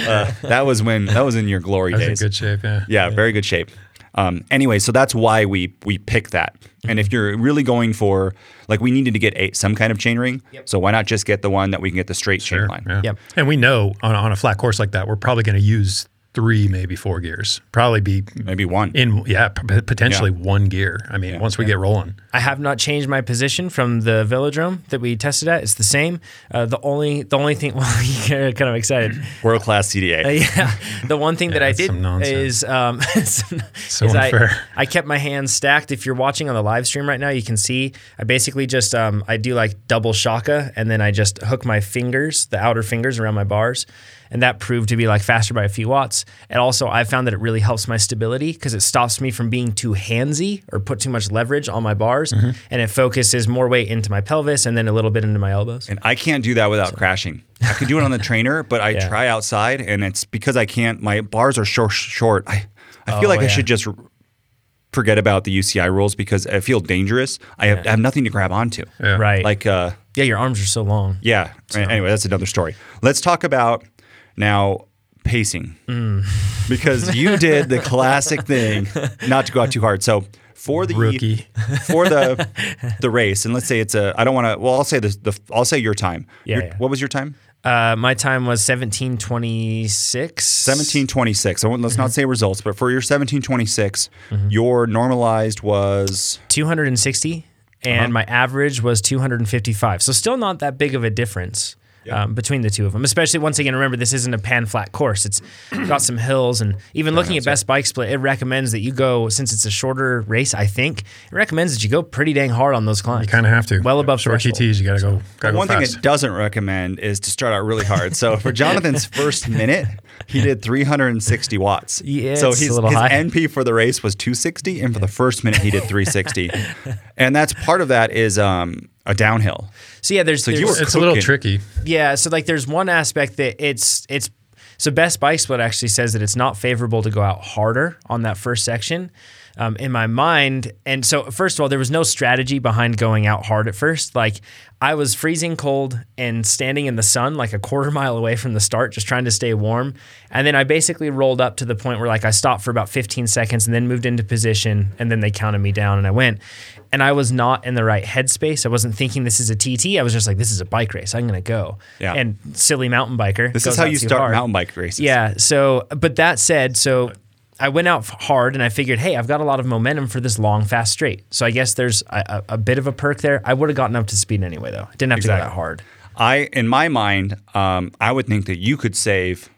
B: Uh, that was when that was in your glory
C: I was in
B: days.
C: good shape. Yeah.
B: yeah, very good shape. Um, anyway, so that's why we we pick that. And
C: Mm-hmm.
B: if you're really going for like we needed to get a, some kind of chain ring, so why not just get the one that we can get the straight chain line?
C: Yeah.
A: Yep.
C: And we know on, on a flat course like that, we're probably going to use three, maybe four gears. Probably be
B: Maybe one.
C: in, yeah, p- potentially one gear. I mean, once we get rolling.
A: <laughs> I have not changed my position from the velodrome that we tested at. It's the same. Uh, the only the only thing. <laughs> Well, you're kind of excited.
B: World class CDA.
A: <laughs> yeah. The one thing that I
C: that's
A: did
C: some nonsense.
A: is um, <laughs> some-
C: So
A: is I,
C: unfair.
A: I kept my hands stacked. If you're watching on the live stream right now, you can see I basically just um, I do like double shaka and then I just hook my fingers, the outer fingers around my bars, and that proved to be like faster by a few watts. And also, I found that it really helps my stability because it stops me from being too handsy or put too much leverage on my bars,
C: Mm-hmm.
A: and it focuses more weight into my pelvis and then a little bit into my elbows.
B: And I can't do that without crashing. I could do it on the trainer, but I try outside, and it's because I can't. My bars are short. Short. I, I feel like I
A: yeah.
B: should just r- forget about the UCI rules because I feel dangerous. I have, I have nothing to grab onto.
C: Yeah.
A: Right.
B: Like, uh,
A: yeah, your arms are so long.
B: yeah. Anyway, that's another story. Let's talk about now pacing because you did the classic thing, not to go out too hard. So for the <laughs>
C: Rookie.
B: for
A: <laughs>
B: the the race, and let's say it's a I don't want to. Well, I'll say this. The I'll say your time.
A: Yeah,
B: Your-
A: yeah.
B: What was your time?
A: Uh, my time was seventeen twenty six.
B: 1726. I won't, let's
A: Mm-hmm.
B: not say results, but for your 1726, your normalized was
C: Uh-huh.
A: 260 and my average was 255 so still not that big of a difference um, between the two of them. Especially once again, remember this isn't a pan flat course. It's <clears throat> got some hills, and even looking at Best Bike Split, it recommends that you go since it's a shorter race. I think it recommends that you go pretty dang hard on those climbs.
C: You kind of have to.
A: well above
C: short
A: threshold.
C: TTs. You got to go. Gotta go
B: One
C: fast.
B: thing it doesn't recommend is to start out really hard. So
A: <laughs>
B: for Jonathan's first minute, he did 360
A: <laughs>
B: watts.
A: Yeah,
B: so
A: it's a
B: his,
A: little
B: his
A: high.
B: NP for the race was 260, and for the first
A: <laughs>
B: minute he did 360, and that's part of that is um, a downhill.
A: So yeah, there's,
B: So you
A: there's-
B: were
C: it's a little
B: cooking.
C: tricky.
A: Yeah, so like there's one aspect that it's it's so best bike split actually says that it's not favorable to go out harder on that first section. Um, in my mind, and so first of all, there was no strategy behind going out hard at first. Like I was freezing cold and standing in the sun, like a quarter <laughs> mile away from the start, just trying to stay warm. And then I basically rolled up to the point where like I stopped for about 15 seconds and then moved into position, and then they counted me down, and I went and I was not in the right headspace. I wasn't thinking this is a TT. I was just like, this is a bike race. I'm going to go.
B: Yeah.
A: And silly mountain biker.
B: This
A: goes
B: is how
A: out
B: you
A: too
B: start
A: hard.
B: mountain bike races.
A: Yeah. So, but that said, so I went out f- hard and I figured, hey, I've got a lot of momentum for this long, fast straight. So I guess there's a, a, a bit of a perk there. I would have gotten up to speed anyway, though. Didn't have to go that
B: Exactly.
A: hard.
B: I, in my mind, um, I would think that you could save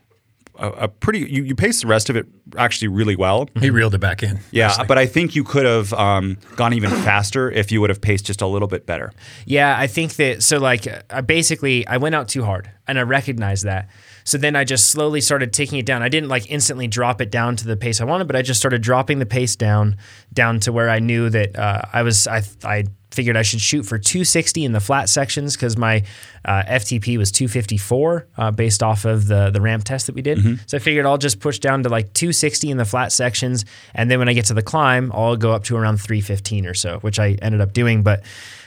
B: a, a pretty. You, you paced the rest of it actually really well.
C: He reeled it back in.
B: Mm-hmm. Yeah, but I think you could have um, gone
C: <coughs>
B: even faster if you would have paced just a little bit better.
A: Yeah, I think that so like I basically I went out too hard and I recognized that. So then I just slowly started taking it down. I didn't like instantly drop it down to the pace I wanted, but I just started dropping the pace down down to where I knew that uh, I was I I figured I should shoot for 260 in the flat sections because my uh, FTP was 254 uh, based off of the the ramp test that we did. So I figured I'll just push down to like 260 in the flat sections, and then when I get to the climb, I'll go up to around 315 or so, which I ended up doing, but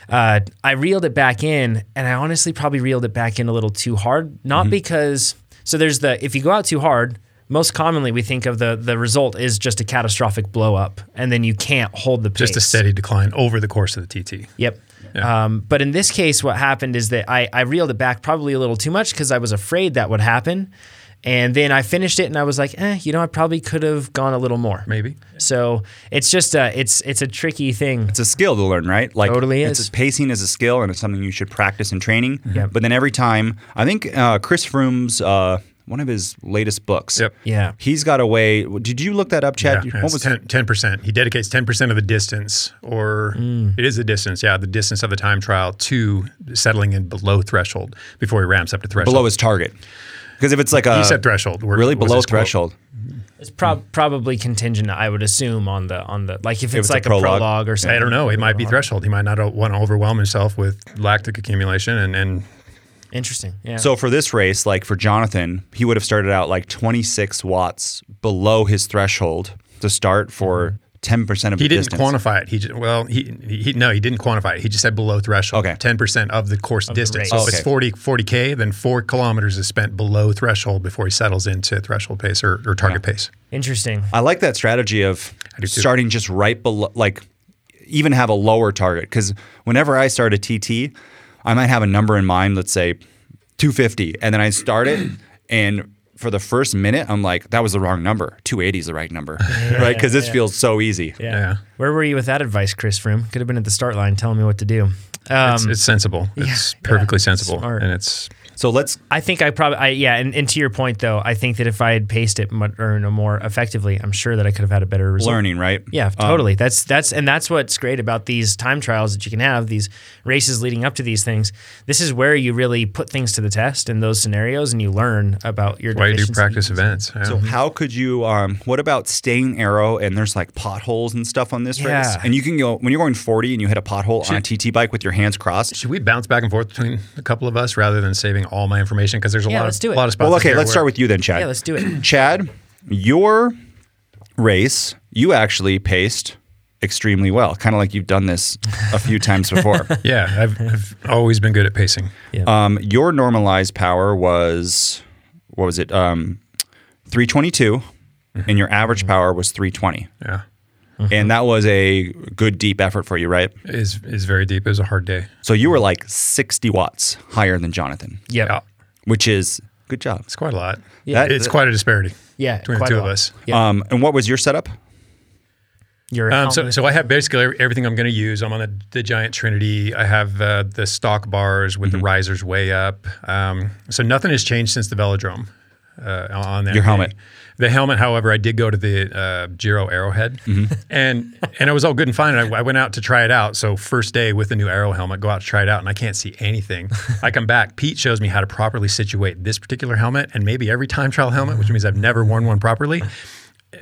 A: uh, I reeled it back in, and I honestly probably reeled it back in a little too hard. Not
C: Mm-hmm.
A: because so there's the if you go out too hard, most commonly we think of the the result is just a catastrophic blow up, and then you can't hold the pace.
C: Just a steady decline over the course of the TT.
A: Yep. Um, but in this case, what happened is that I, I reeled it back probably a little too much because I was afraid that would happen. And then I finished it and I was like, eh, you know, I probably could have gone a little more.
C: Maybe.
A: So it's just a, it's it's a tricky thing.
B: It's a skill to learn, right? Like
A: Totally
B: it's-
A: is.
B: Pacing is a skill, and it's something you should practice in training.
C: Mm-hmm.
B: But then every time, I think uh, Chris Froome's uh, one of his latest books.
C: Yep.
A: Yeah.
B: He's got a way. Did you look that up, Chad?
C: Yeah,
B: what
C: it's
B: was
C: 10 percent? He dedicates ten percent of the distance, or
B: Mm.
C: it is the distance. Yeah, the distance of the time trial to settling in below threshold before he ramps up to threshold.
B: below his target? Because if it's like a
C: he said threshold. were-
B: Uh, really
C: was
B: below
C: his quote.
B: threshold,
A: It's
C: Hmm.
A: prob- probably contingent, I would assume, on the on the like if it's,
B: it's a
A: like a prologue,
B: prologue.
A: or something.
C: I don't know. It might be threshold. He might not want to overwhelm himself with lactic accumulation, and, and
A: Interesting. Yeah.
B: So for this race, like for Jonathan, he would have started out like 26 watts below his threshold to start for 10% of the
C: he didn't
B: distance.
C: quantify it. He just, well, he, he no, he didn't quantify it. He just said below threshold.
B: Okay.
C: ten percent of the course
A: race.
C: distance. so if
B: Okay.
C: it's 40 40 k, then four kilometers is spent below threshold before he settles into threshold pace or, or target pace.
A: Interesting.
B: I like that strategy of
C: do too.
B: starting just right below, like even have a lower target. Because whenever I start a TT, I might have a number in mind, let's say 250, and then I start it and for the first minute, I'm like, that was the wrong number. 280 is the right
C: <laughs>
B: number, right? Because this feels so easy.
A: Yeah.
C: Yeah.
A: Where were you with that advice, Chris Froome? Could have been at the start line telling me what to do. Um,
C: it's, it's sensible. It's
A: yeah,
C: perfectly
A: it's
C: sensible,
A: smart.
C: and it's
B: So let's
A: I think I probably, I, yeah, and, and to your point though, I think that if I had paced it mu- or no, more effectively, I'm sure that I could have had a better result.
B: learning, right?
A: Yeah,
B: Um,
A: totally. that's that's and that's what's great about these time trials that you can have, these races leading up to these things. This is where you really put things to the test in those scenarios, and you learn about your.
C: why you do
A: deficiencies.
C: practice events. yeah.
B: So how could you? Um, what about staying arrow? And there's like potholes and stuff on this race.
A: Yeah.
B: And you can go when you're going 40 and you hit a pothole on a TT bike with your hands crossed.
C: Should we bounce back and forth between a couple of us rather than saving all my information? Because there's a
A: Yeah,
C: lot,
A: let's
C: of,
A: do it.
C: lot of spots.
B: Well, okay,
C: here
B: let's
C: where-
B: start with you then, Chad.
A: Yeah, let's do it. <clears throat>
B: Chad, your race, you actually paced extremely well, kind of like you've done this a few times
A: <laughs>
B: before.
C: Yeah, I've, I've always been good at pacing.
B: Um, your normalized power was what was it? Um, 322, and your average power was 320.
C: Mm-hmm. Yeah, Mm-hmm.
B: And that was a good deep effort for you, right?
C: is is very deep. It was a hard day.
B: So you were like 60 watts higher than Jonathan,
A: Yep.
C: Yeah,
A: Yeah,
B: which is good job.
C: it's quite a lot.
A: Yeah.
C: it's quite a disparity. between the
A: quite
C: two
A: a
C: of
A: lot.
C: us.
A: Yeah.
B: Um, and what was your setup?
A: Your
C: Um, so,
A: helmet?
C: so I have basically every- everything I'm going to use. I'm on the, the Giant Trinity. I have uh, the stock bars with the risers way up. Um, so nothing has changed since the Velodrome uh, on that.
B: Your
C: day.
B: helmet.
C: The helmet, however, I did go to the uh, Giro Arrowhead, and and it was all good and fine. And I, I went out to try it out. So first day with the new Arrow helmet, go out to try it out, and I can't see anything. I come back. Pete shows me how to properly situate this particular helmet, and maybe every time trial helmet, which means I've never worn one properly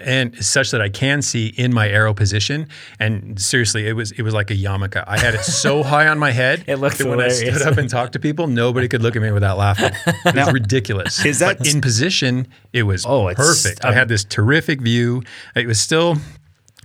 C: and such that I can see in my arrow position. And seriously, it was it was like a yarmulke. I had it so high on my head.
A: It looked
C: that when I stood
A: hilarious.
C: up and talked to people, nobody could look at me without laughing. It was ridiculous.
B: is that-
C: but in position? It was
A: Oh, it's-
C: perfect. I had this terrific view. It was still.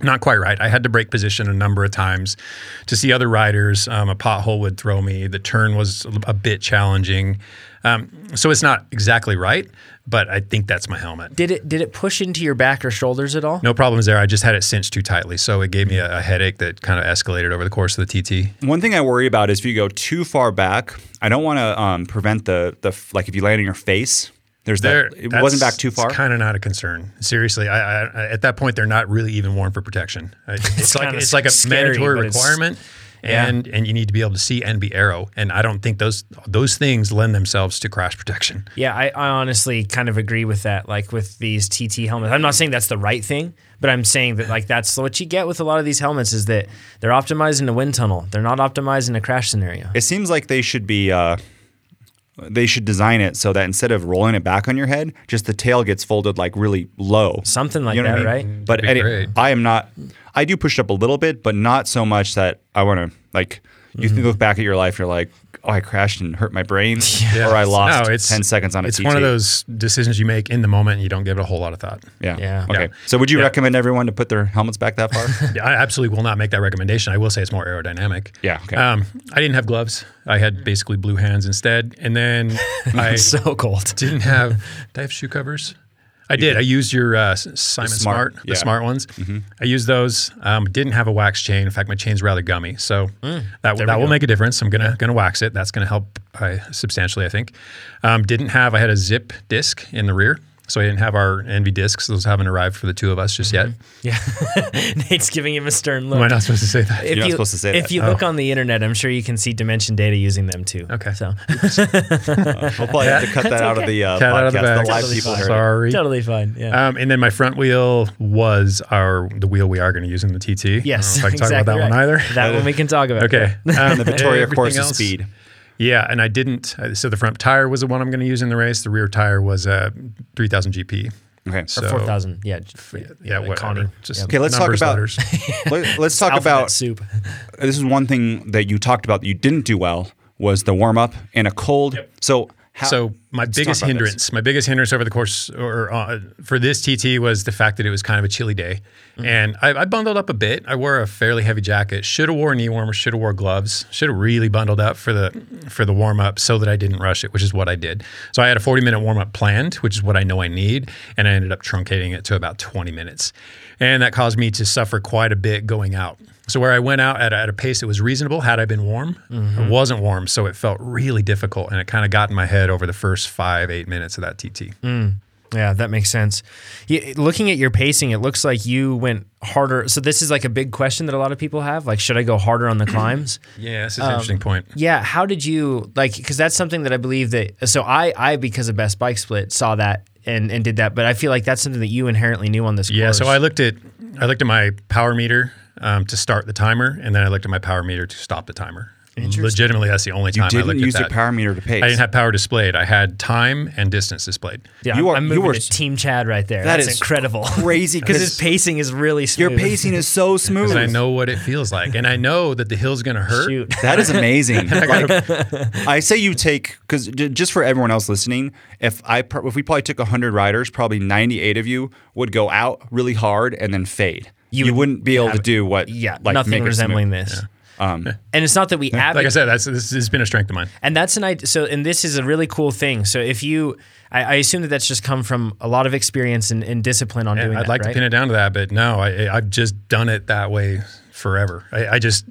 C: Not quite right. I had to break position a number of times to see other riders. Um, a pothole would throw me. The turn was a bit challenging. Um, so it's not exactly right, but I think that's my helmet.
A: did it did it push into your back or shoulders at all?
C: No problems there. I just had it cinched too tightly, so it gave me a, a headache that kind of escalated over the course of the TT.
B: One thing I worry about is if you go too far back. I don't want to um, prevent the the f- like if you land on your face. There's
C: There,
B: that. It wasn't back too far.
C: Kind of not a concern. Seriously, I, I, I- at that point they're not really even worn for protection.
B: <laughs>
C: I- It's, like
A: kinda
C: it's like a
A: scary,
C: mandatory
A: but it's-
C: requirement,
A: Yeah.
C: and and you need to be able to see and be arrow. And I don't think those those things lend themselves to crash protection.
A: Yeah, I, I honestly kind of agree with that. Like with these TT helmets, I'm not saying that's the right thing, but I'm saying that like that's what you get with a lot of these helmets is that they're optimized in a wind tunnel. They're not optimized in a crash scenario.
B: it seems like they should be. Uh, they should design it so that instead of rolling it back on your head, just the tail gets folded like really low.
A: Something like
B: You know
A: that,
B: what I
A: right?
B: mean? But
C: That'd
B: any,
C: be great.
B: I am not. I do push it up a little bit, but not so much that I want to like. You
A: Mm-hmm.
B: think look back at your life, you're like, oh, I crashed and hurt
A: <laughs>
B: my brain, or I lost
C: No,
B: ten seconds on a
C: It's
B: TT.
C: one of those decisions you make in the moment, and you don't give it a whole lot of thought.
B: Yeah.
A: Yeah.
B: Okay.
A: Yeah.
B: So would you recommend everyone to put their helmets back that
A: <laughs>
B: far?
C: Yeah, I absolutely will not make that recommendation. I will say it's more aerodynamic.
B: Yeah, okay.
C: Um, I didn't have gloves. I had basically blue hands instead,
B: <laughs>
C: and then I
A: So cold. <laughs>
C: didn't have. Did I have shoe covers? I did. I used your uh, S- Simon
B: smart-
C: Smart,
B: yeah. Mm-hmm.
C: the smart ones. I used those. Um, didn't have a wax chain. In fact, my chain's rather gummy, so
B: Mm.
C: that that will make a difference. I'm gonna gonna wax it. That's gonna help uh, substantially, I think. Um, didn't have. I had a zip disc in the rear, so I didn't have our Envy discs. Those haven't arrived for the two of us just yet.
B: Mm-hmm.
A: Yeah, Nate's giving him a stern
C: Am I
A: look.
C: not Oh. supposed to say that?
A: If
B: not
A: you,
B: supposed to say
A: if
B: that.
A: you look on the internet, I'm sure you can see dimension data using them too.
C: Okay.
A: so <laughs>
B: We'll probably have to cut that out of the uh,
C: Cat
B: podcast.
C: out of the bag.
B: live
A: Totally
B: people
A: fine.
B: heard. it.
C: Sorry.
A: totally fine. Yeah.
C: Um, and then my front wheel was our the wheel we are going to use in the TT.
A: yes.
C: I don't
A: <laughs>
C: know if I can
A: exactly
C: talk about that
A: right.
C: one either.
A: That one we can talk about.
B: <laughs>
C: Okay. Um,
B: The Victoria
C: everything
B: course of
C: else-
B: speed.
C: Yeah, and I didn't. uh, So the front tire was the one I'm going to use in the race. The rear tire was a 3000 GP.
B: Okay.
C: So
A: Four thousand. Yeah.
C: yeah,
A: Like
C: whatever.
A: Connie.
C: Just
A: Yep.
B: Okay, let's talk
C: numbers,
B: about-
C: letters.
B: <laughs> Let, us talk
A: Alphabet
B: about
A: soup. <laughs>
B: this is one thing that you talked about that you didn't do well was the warm up and a cold. So how,
C: so my
B: talk
C: biggest
B: about
C: hindrance, my biggest hindrance over the course or uh, for this TT was the fact that it was kind of a chilly day,
B: Mm-hmm.
C: and I, I bundled up a bit. I wore a fairly heavy jacket. Should have wore knee warmers. Should have wore gloves. Should have really bundled up for the for the warm up so that I didn't rush it, which is what I did. So I had a 40 minute warm up planned, which is what I know I need, and I ended up truncating it to about 20 minutes, and that caused me to suffer quite a bit going out. So where I went out at a, at a pace that was reasonable, had I been warm,
B: Mm-hmm.
C: it wasn't warm, so it felt really difficult, and it kind of got in my head over the first five eight minutes of that TT.
B: Mm.
A: Yeah, that makes sense. Yeah, looking at your pacing, it looks like you went harder. So this is like a big question that a lot of people have. Like, should I go harder
C: <clears throat>
A: on the climbs?
C: Yeah, this is
B: Um,
C: an interesting point.
A: Yeah, how did you like? Because that's something that I believe that. So I, I because of Best Bike Split, saw that and and did that. But I feel like that's something that you inherently knew on this.
C: Yeah,
A: course.
C: so I looked at I looked at my power meter um, to start the timer, and then I looked at my power meter to stop the timer. Legitimately, that's the only time I
B: didn't
C: looked
B: use
C: at
B: your
C: that.
B: power meter to pace.
C: I didn't have power displayed. I had time and distance displayed.
A: Yeah,
B: you are-
A: I'm
B: you
A: moving
B: were
A: to
B: s-
A: Team Chad right there.
B: That
A: that's
B: is
A: incredible. <laughs>
B: crazy
A: because
B: <laughs>
A: his pacing is really smooth.
C: <laughs>
B: your pacing is so smooth.
C: And I know what it feels like, and I know that the hill's going to hurt.
A: Shoot.
B: That
C: <laughs>
B: is amazing. Like, I say you take because just for everyone else listening, if I pro- if we probably took hundred riders, probably ninety eight of you would go out really hard and then fade. You,
A: would
B: wouldn't be able to do what
A: Yeah,
B: like
A: nothing
B: make it smooth.
A: resembling this. and it's not that we advocate.
C: Um, Like I said, that's this has been a strength of mine.
A: And that's an idea. So, and this is a really cool thing. So, if you, I, I assume that that's just come from a lot of experience and, and discipline on doing
C: I'd
A: that.
C: like
A: right?
C: to pin it down to that, but no, I, I- I've just done it that way forever. I, I just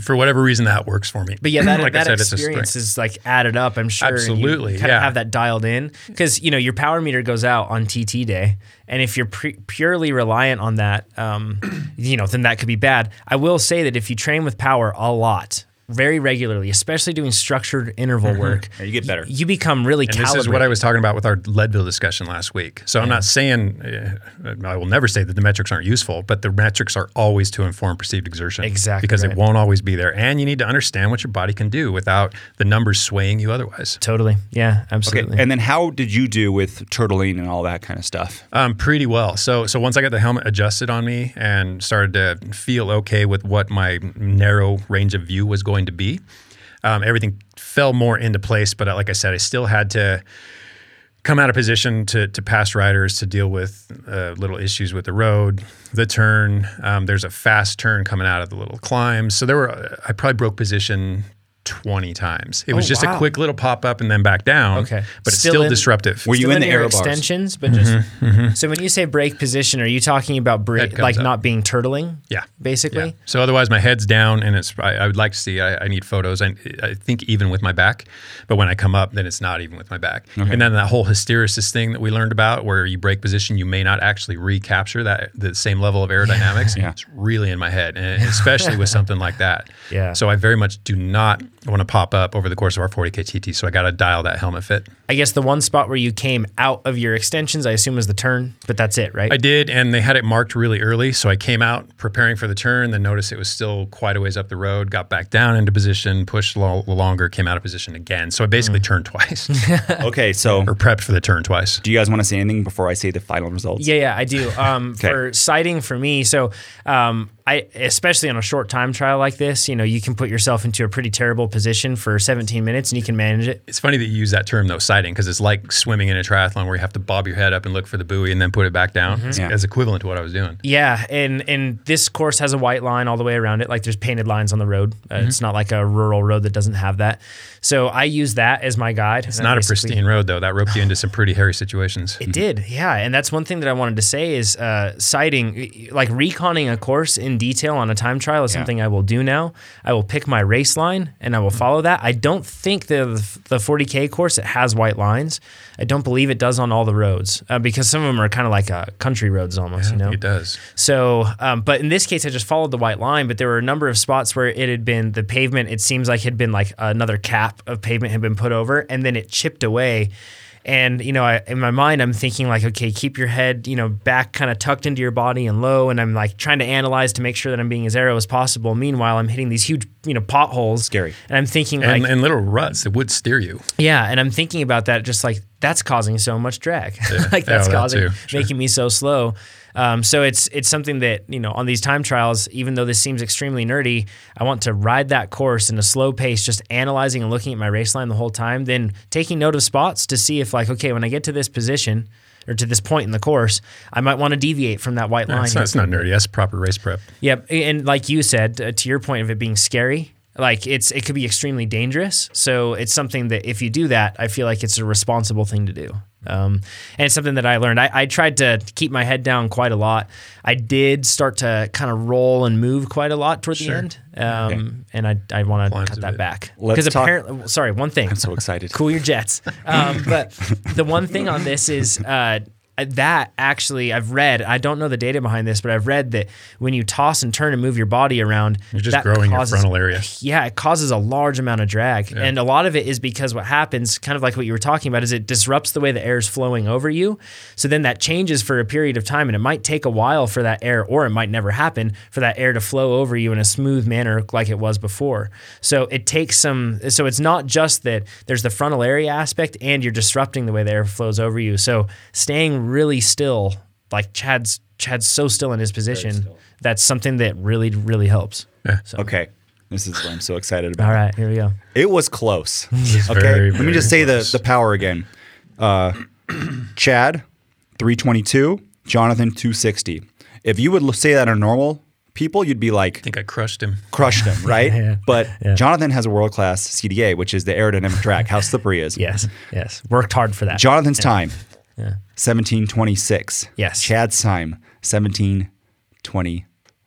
C: for whatever reason that works for me.
A: But
C: <clears throat>
A: yeah, that,
C: like
A: that
C: I said,
A: experience
C: it's a
A: is like added up, I'm sure. and you
C: Absolutely,
A: kind
C: yeah.
A: of have that dialed in because, you know, your power meter goes out on TT day. And if you're pre- purely reliant on that, um, <clears throat> you know, then that could be bad. I will say that if you train with power a lot, very regularly, especially doing structured interval work,
B: Yeah, you get better.
A: You become really
C: Mm-hmm. And
A: calibrated.
C: this is what I was talking about with our Leadville discussion last week. So I'm not saying uh, I will never say that the metrics aren't useful, but the metrics are always to inform perceived exertion.
A: Exactly
C: Because
A: right.
C: it won't always be there. And you need to understand what your body can do without the numbers swaying you otherwise.
A: Totally. Yeah,
B: Okay.
A: absolutely.
B: And then how did you do with turtling and all that kind of stuff?
C: Um, pretty well. So so once I got the helmet adjusted on me and started to feel okay with what my narrow range of view was going to be, um, everything fell more into place. But uh, like I said, I still had to come out of position to to pass riders to deal with uh, little issues with the road, the turn. Um, there's a fast turn coming out of the little climbs. So there were uh, I probably broke position. 20 times. It was
A: Oh,
C: just
A: wow.
C: a quick little pop up and then back down.
A: Okay.
C: But it's
A: Still
C: still,
A: in-
C: disruptive.
B: Were you
A: Still
B: in the
A: your
B: aero bars?
A: extensions, but just so when you say break position, are you talking about break,
C: Mm-hmm, comes
A: like
C: up.
A: not being turtling?
C: Yeah.
A: basically.
C: Yeah. So otherwise, my head's down, and it's. I, I would like to see. I, I need photos. I, I think even with my back, but when I come up, then it's not even with my back. And then that whole hysteresis thing that we learned about, where you break position, you may not actually recapture that the same level of aerodynamics.
B: Yeah.
C: It's really in my head, and especially with something like that.
A: Yeah.
C: So I very much do not want to pop up over the course of our 40k TT. So I got to dial that helmet fit.
A: I guess the one spot where you came out of your extensions, I assume, was the turn, but that's it, right?
C: I did, and they had it marked really early. So I came out preparing for the turn, then noticed it was still quite a ways up the road, got back down into position, pushed lo- longer, came out of position again. So I basically
A: Mm.
C: turned
A: <laughs>
C: twice
B: <laughs> Okay. So
C: or prepped for the turn twice.
B: do you guys want to say anything before I say the final results?
A: Yeah, yeah, I
C: <laughs>
A: do. Um, For sighting, for me, so um, I especially on a short time trial like this, you know, you can put yourself into a pretty terrible position for 17 minutes, and you can manage it.
C: It's funny that you use that term, though, sighting, because it's like swimming in a triathlon where you have to bob your head up and look for the buoy and then put it back down. It's
B: Yeah.
C: it's equivalent to what I was doing.
A: Mm-hmm. Yeah, and and this course has a white line all the way around it. Like there's painted lines on the road. Uh,
C: Mm-hmm.
A: It's not like a rural road that doesn't have that. So I use that as my guide.
C: It's not a pristine road, though. That roped you into some pretty hairy situations.
A: It did, yeah. And that's one thing that I wanted to say is uh, citing, like reconning a course in detail on a time trial is
B: Yeah.
A: something I will do now. I will pick my race line and I will follow that. I don't think the the 40k course it has white lines. I don't believe it does on all the roads uh, because some of them are kind of like uh, country roads almost. you know,
C: It does.
A: so, um, but in this case, I just followed the white line. But there were a number of spots where it had been the pavement. It seems like had been like another cap of pavement had been put over, and then it chipped away. And you know, I, in my mind, I'm thinking like, okay, keep your head, you know, back, kind of tucked into your body and low. And I'm like trying to analyze to make sure that I'm being as arrow as possible. Meanwhile, I'm hitting these huge, you know, potholes.
B: Scary.
A: And I'm thinking
C: And,
A: like,
C: and little ruts that would steer you.
A: yeah, and I'm thinking about that just like that's causing so much drag. <laughs> like that's
C: Yeah, that
A: causing
C: too, sure.
A: making me so slow. Um, so it's it's something that, you know, on these time trials, even though this seems extremely nerdy, I want to ride that course in a slow pace, just analyzing and looking at my race line the whole time, then taking note of spots to see if like, okay, when I get to this position or to this point in the course, I might want to deviate from that white line.
C: It's not, it's not nerdy. That's proper race prep.
A: Yep, and like you said, uh, to your point of it being scary, like it's it could be extremely dangerous. So it's something that if you do that, I feel like it's a responsible thing to do. Um, and it's something that I learned. I, I tried to keep my head down quite a lot. I did start to kind of roll and move quite a lot toward the end, um, and I, I want to
C: Climbs
A: cut
C: a
A: that
C: bit.
A: back because
B: Let's talk-
A: apparently, sorry, one thing.
B: I'm so excited.
A: Cool your jets.
C: <laughs>
A: Um, but the one thing on this is uh, that actually I've read. I don't know the data behind this, but I've read that when you toss and turn and move your body around,
C: You're just
A: that
C: growing
A: causes-
C: your
A: <laughs>
C: frontal area.
A: Yeah, it causes a large amount of drag, and a lot of it is because what happens, kind of like what you were talking about, is it disrupts the way the air is flowing over you. So then that changes for a period of time, and it might take a while for that air, or it might never happen for that air to flow over you in a smooth manner like it was before. So it takes some. So it's not just that there's the frontal area aspect, and you're disrupting the way the air flows over you. So staying really still, like Chad's Chad's so still in his position, that's something that really really helps.
B: Okay. This is what I'm so excited about.
A: All right, here we go.
B: It was close. okay.
C: very,
B: Let me
C: very
B: just say the,
C: close.
B: the power again. Uh, <clears throat> Chad, 322, Jonathan, 260. If you would l- say that on normal people, you'd be like,
C: I think I crushed him.
B: crushed them, right? But Jonathan has a world class CDA, which is the aerodynamic track, how slippery it is.
A: Yes, yes. Worked hard for that.
B: Jonathan's time, 1726.
A: Yes.
B: Chad's time, 1723.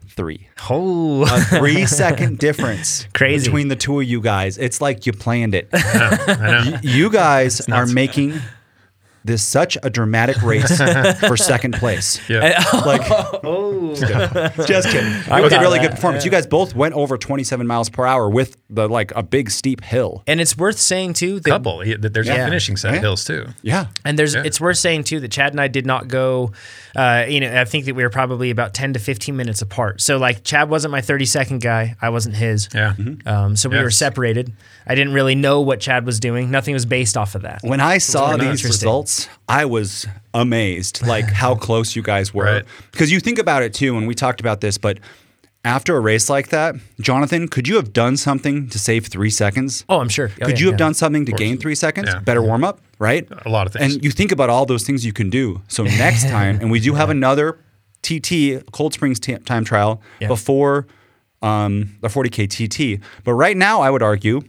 B: three.
A: Oh, <laughs>
B: A three second difference
A: Crazy.
B: between the two of you guys. It's like you planned it.
C: Oh, <laughs> I know.
A: <laughs>
B: You guys are making this such a dramatic race
A: <laughs>
B: for second place.
C: Yeah.
B: Like, <laughs> just kidding. It was a
A: Oh. got
B: really
A: that.
B: good performance. You guys both went over 27 miles per hour with the like a big steep hill.
A: and it's worth saying too that
C: Couple. He- that There's
A: Yeah.
C: a finishing set of
B: Yeah.
C: hills too.
B: Yeah.
A: And there's,
C: Yeah.
A: it's worth saying too that Chad and I did not go. Uh, you know, I think that we were probably about ten to fifteen minutes apart. So like, Chad wasn't my thirty second guy. I wasn't his.
C: Yeah.
A: Um, so we were
C: Yes.
A: separated. I didn't really know what Chad was doing. Nothing was based off of that.
B: When I saw these
A: interesting.
B: results, I was amazed, like how close you guys were.
C: Right.
B: Because you think about it too, and we talked about this, but after a race like that, Jonathan, could you have done something to save three seconds?
A: Oh, I'm sure. Oh,
B: could
A: yeah,
B: you have
A: yeah.
B: done something to gain three seconds?
C: Yeah.
B: Better warm up, right?
C: A lot of things.
B: And you think about all those things you can do. So next
A: <laughs>
B: time, and we do have another TT Cold Springs t- time trial
A: Yeah.
B: before um, the 40k TT. But right now, I would argue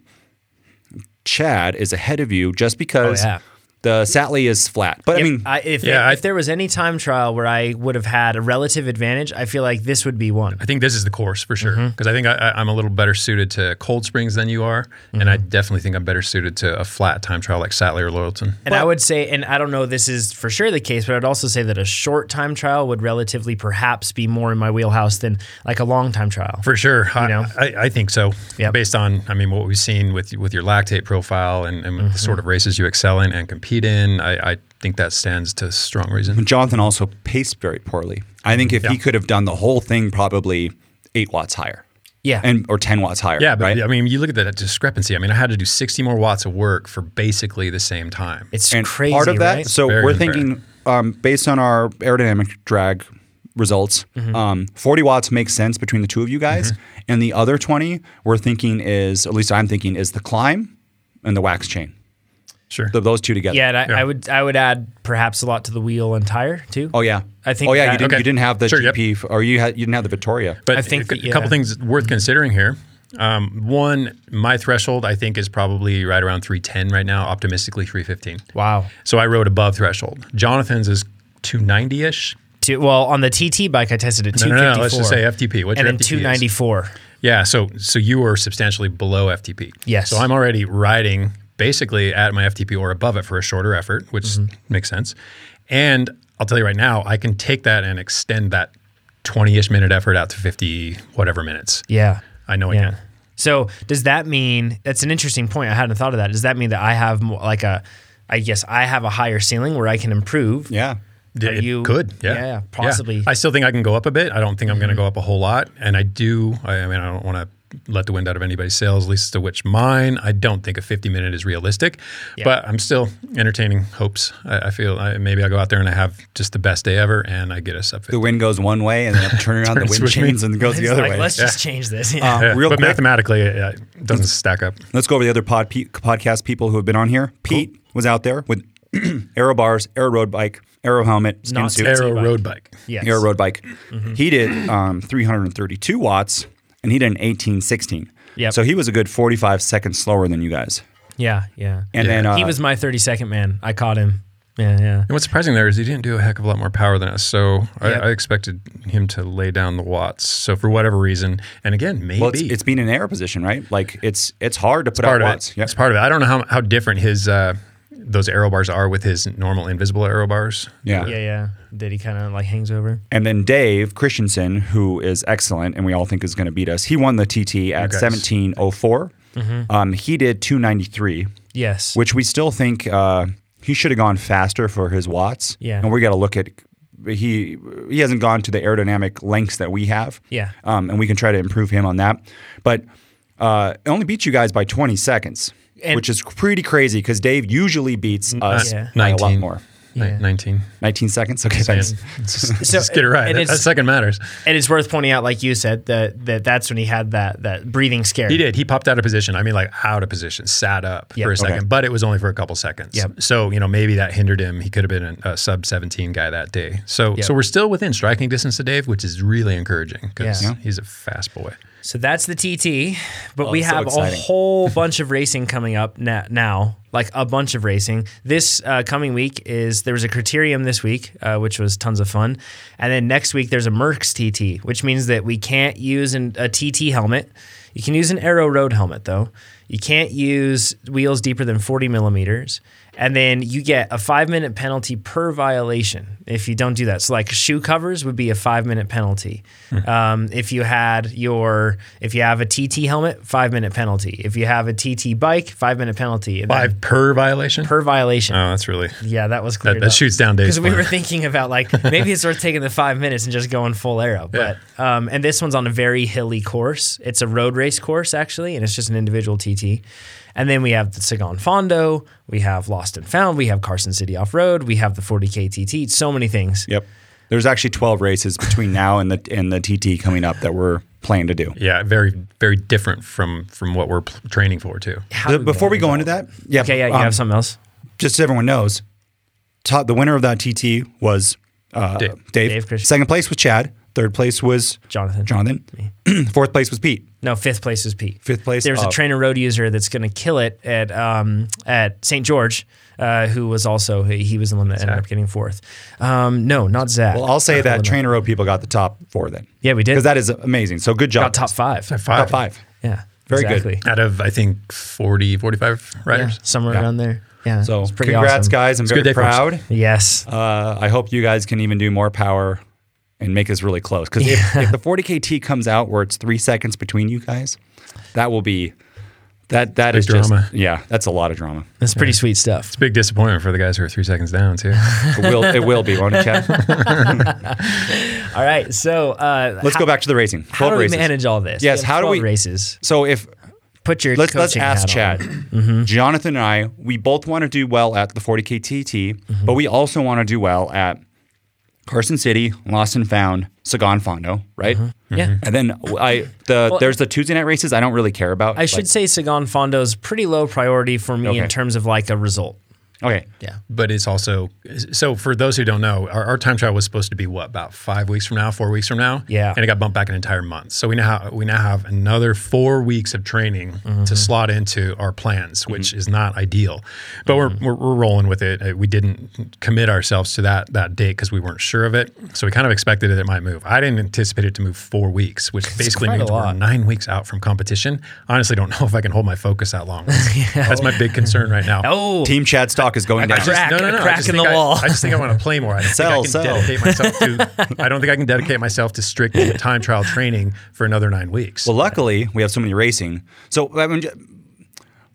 B: Chad is ahead of you just because
A: Oh, yeah.
B: the Satley is flat. But I mean,
A: I, if,
C: Yeah,
A: if
C: I-
A: there was any time trial where I would have had a relative advantage, I feel like this would be one.
C: I think this is the course for sure because I think I, I, I'm a little better suited to cold springs than you are, and I definitely think I'm better suited to a flat time trial like Satley or Loyalton.
A: And I would say, and I don't know this is for sure the case, but I'd also say that a short time trial would relatively perhaps be more in my wheelhouse than like a long time trial.
C: For sure, I,
A: know?
C: I, I think so.
A: Yep.
C: Based on, I mean, what we've seen with with your lactate profile and, and with the sort of races you excel in and compete in, I, I think that stands to strong reason.
B: Jonathan also paced very poorly. I think if he
C: Yeah.
B: could have done the whole thing, probably eight watts higher.
A: Yeah.
B: And or ten watts higher.
C: Yeah, but
B: right?
C: I mean, you look at that discrepancy. I mean, I had to do 60 more watts of work for basically the same time.
A: It's
B: and
A: crazy.
B: part of that.
A: right?
B: So
C: Very
B: we're
C: unfair.
B: thinking um, based on our aerodynamic drag results,
A: Mm-hmm.
B: um, 40 watts makes sense between the two of you guys, and the other 20 we're thinking is at least I'm thinking is the climb and the wax chain.
C: sure.
B: Th- those two together.
A: yeah, and I,
C: Yeah.
A: I would I would add perhaps a lot to the wheel and tire too.
B: Oh yeah.
A: I think
B: Oh yeah.
A: that-
B: you didn't.
C: Okay.
B: You didn't have the
C: Sure, yep.
B: GP, f- or you had. You didn't have the Victoria.
C: But
A: I think
C: a,
A: that,
C: a couple
A: yeah. Mm-hmm.
C: things worth considering here. Um, one, my threshold I think is probably right around 310 right now, optimistically 315.
A: Wow.
C: So I rode above threshold. Jonathan's is 290 ish.
A: Two, well, on the TT bike, I tested at
C: No,
A: two
C: no,
A: fifty four.
C: no, let's just say FTP. What's
A: and
C: your
A: then
C: FTP is?
A: two ninety four.
C: Yeah, so so you were substantially below FTP.
A: Yes.
C: So I'm already riding basically at my FTP or above it for a shorter effort, which
A: Mm-hmm.
C: makes sense. And I'll tell you right now, I can take that and extend that 20-ish minute effort out to 50 whatever minutes.
A: Yeah.
C: I know I
A: Yeah.
C: can.
A: So does that mean that's an interesting point? I hadn't thought of that. Does that mean that I have more, like a, I guess I have a higher ceiling where I can improve?
B: yeah.
C: Yeah,
A: Are
C: it
A: you-
C: could, yeah.
A: yeah, possibly. Mm-hmm.
C: I still think I can go up a bit. I don't think I'm going to go up a whole lot, and I do. I, I mean, I don't want to let the wind out of anybody's sails, at least to which mine. I don't think a 50 minute is realistic, but I'm still entertaining hopes. I, I feel I, maybe I go out there and I have just the best day ever, and I get a sub 50.
B: The wind goes one way, and then turn around. the
C: Turns
B: wind
C: with me.
B: chains and goes the
A: It's
B: other
A: like,
B: way.
A: let's just change this. Yeah.
B: Um,
C: Yeah,
B: real
C: but
B: quick.
C: mathematically, it, uh, it doesn't stack up.
B: Let's go over the other pod, pe- podcast people who have been on here. Pete was out there with <clears throat> aero bars, aero road bike, aero helmet,
A: Not
B: skin
A: It's
C: Aero
A: e-bike.
C: road bike.
A: yes.
B: aero road bike. He did um, 332 watts and he did an 1816.
A: Yep.
B: So he was a good 45 seconds slower than you guys.
A: Yeah. Yeah.
B: And then uh,
A: he was my thirty second man. I caught him. Yeah. Yeah.
C: And what's surprising there is he didn't do a heck of a lot more power than us. So
A: Yep.
C: I, I expected him to lay down the watts. So for whatever reason, and again, maybe
B: well, it's, it's being in aero position, right? Like it's it's hard to put
C: part
B: out
C: of
B: watts.
C: it. That's part of it. I don't know how, how different his uh, those arrow bars are with his normal invisible arrow bars.
B: Yeah.
A: Yeah. Yeah. That he kind of like hangs over.
B: And then Dave Christensen, who is excellent and we all think is going to beat us, he won the TT at
C: guys.
B: 1704. Um, he did 293.
A: Yes.
B: which we still think uh, he should have gone faster for his watts.
A: Yeah.
B: and we got to look at he he hasn't gone to the aerodynamic lengths that we have.
A: Yeah.
B: um, and we can try to improve him on that, but. Uh, it only beat you guys by 20 seconds,
A: And- Mm,
B: which is pretty crazy because Dave usually beats us
A: yeah.
B: by a lot
C: 19.
B: more.
C: Ni-
A: Yeah.
C: 19.
B: 19 seconds? Okay, thanks. <laughs>
A: So-
C: Just get it right.
A: and
C: That,
A: it's-
C: that second matters.
A: And it's worth pointing out, like you said, that, that that's when he had that that breathing scare.
C: He did. He popped out of position. I mean, like out of position, sat up
A: Yep.
C: for a
A: Okay.
C: second, but it was only for a couple seconds.
A: Yep.
C: So, you know, maybe that hindered him. He could have been an- a sub 17 guy that day. So,
A: Yep.
C: so we're still within striking distance to Dave, which is really encouraging because
A: Yeah. Yeah.
C: he's a fast boy.
A: So that's the TT, but
B: Oh,
A: we
B: that's so
A: have a
B: exciting.
A: whole bunch of racing coming up na- now, like a bunch of racing. This uh, coming week is there was a criterium this week, uh, which was tons of fun, and then next week there's a Merckx TT, which means that we can't use an, a TT helmet. You can use an Arrow Road helmet though. You can't use wheels deeper than 40 millimeters. And then you get a five minute penalty per violation if you don't do that. So, like shoe covers would be a five minute penalty.
C: Hmm.
A: Um, if you had your, if you have a TT helmet, five minute penalty. If you have a TT bike, five minute penalty. And then
C: Five per violation.
A: per violation.
C: oh, that's really
A: yeah, that was clear.
C: that, that shoots down days.
A: Because we were thinking about
C: <laughs>
A: like maybe it's worth taking the five minutes and just going full arrow. But um, and this one's on a very hilly course. It's a road race course actually, and it's just an individual TT. And then we have the Sagan Fondo, we have Lost and Found, we have Carson City Off Road, we have the 40k TT. So many things.
B: Yep. There's actually 12 races between now and the and the TT coming up that we're planning to do.
C: yeah, very very different from from what we're pl- training for too.
A: How
B: The-
A: do
B: before we
A: manage
B: go
A: all
B: into
A: that?
B: that, yeah,
A: Okay, yeah, you
B: um,
A: have something else.
B: just so everyone knows, top, the winner of that TT was uh,
C: Dave.
B: Dave.
A: Dave Christian.
B: Second place was Chad. Third place was
A: Jonathan.
B: Jonathan. <clears throat> Fourth place was Pete.
A: No, fifth place is Pete.
B: Fifth place?
A: There's a
B: Oh.
A: trainer road user that's going to kill it at um, at St. George, uh, who was also he he was the one that ended up getting fourth. Um, no, not Zach.
B: Well, I'll say that Trainer Road people got the top four then.
A: Yeah, we did.
B: Because that is amazing. So good job.
A: got top five.
C: five.
B: Top five.
A: Yeah,
B: Very good.
A: exactly.
C: Out of I think 40, 45
A: Yeah,
C: riders.
A: somewhere
B: Yeah.
A: around there. Yeah.
B: So
A: it's pretty
B: congrats,
A: awesome.
B: guys. I'm
C: a good
B: very
C: day for us.
B: proud.
A: Yes.
B: Uh, I hope you guys can even do more power and make this really close. Because if, if the 40KT comes out where it's three seconds between you guys, that will be that that
C: Big
B: is
C: drama.
B: just yeah, that's a lot of drama.
A: That's pretty sweet stuff.
C: Big disappointment for the guys who are three seconds down too. <laughs>
B: It will it will be, won't
A: <laughs>
B: it, Chad?
A: All right. So uh,
B: Let's
A: how,
B: go back to the racing.
A: How
B: Twelve
A: do we
B: races.
A: manage all this?
B: Yes,
A: have
B: how do
A: 12
B: we-
A: races?
B: So if
A: Put your
B: let's let's
A: coaching
B: ask
A: hat Mm-hmm.
B: Chad, Jonathan and I, we both want to do well at the 40k TT,
A: Mm-hmm.
B: but we also want to do well at Carson City, Lost and Found, Sagan Fondo, right? Mm-hmm.
A: on. Yeah.
B: And then I the there's the Tuesday night races I don't really care about.
A: I should say Sagan Fondo's pretty low priority for me in
B: Okay.
A: terms of like a result.
B: okay.
A: Yeah.
C: but it's also so for those who don't know, our, our time trial was supposed to be what about five weeks from now, four weeks from now,
A: Yeah.
C: and it got bumped back an entire month. So we now we now have another four weeks of training
A: Mm-hmm.
C: to slot into our plans, which is not ideal, but
A: Mm-hmm.
C: we're, we're we're rolling with it. Uh, We didn't commit ourselves to that that date because we weren't sure of it, so we kind of expected that it might move. I didn't anticipate it to move four weeks, which basically
A: quite a
C: means we're
A: lot.
C: nine weeks out from competition. I honestly don't <laughs> know if I can hold my focus that
A: <laughs>
C: long. That's my big concern right now.
A: Oh,
B: Team Chad stock is
A: <laughs>
B: going down.
C: I just-
A: crack, a
C: I
A: crack
C: just
A: in
C: think
A: the
C: I-
A: wall.
C: I just think I want to play more. I don't
B: Sell,
C: think I
B: sell.
C: can dedicate myself to. I don't think I can dedicate myself to strict
B: <laughs>
C: time trial training for another nine weeks.
B: Well, luckily we have so many racing. So I mean, j-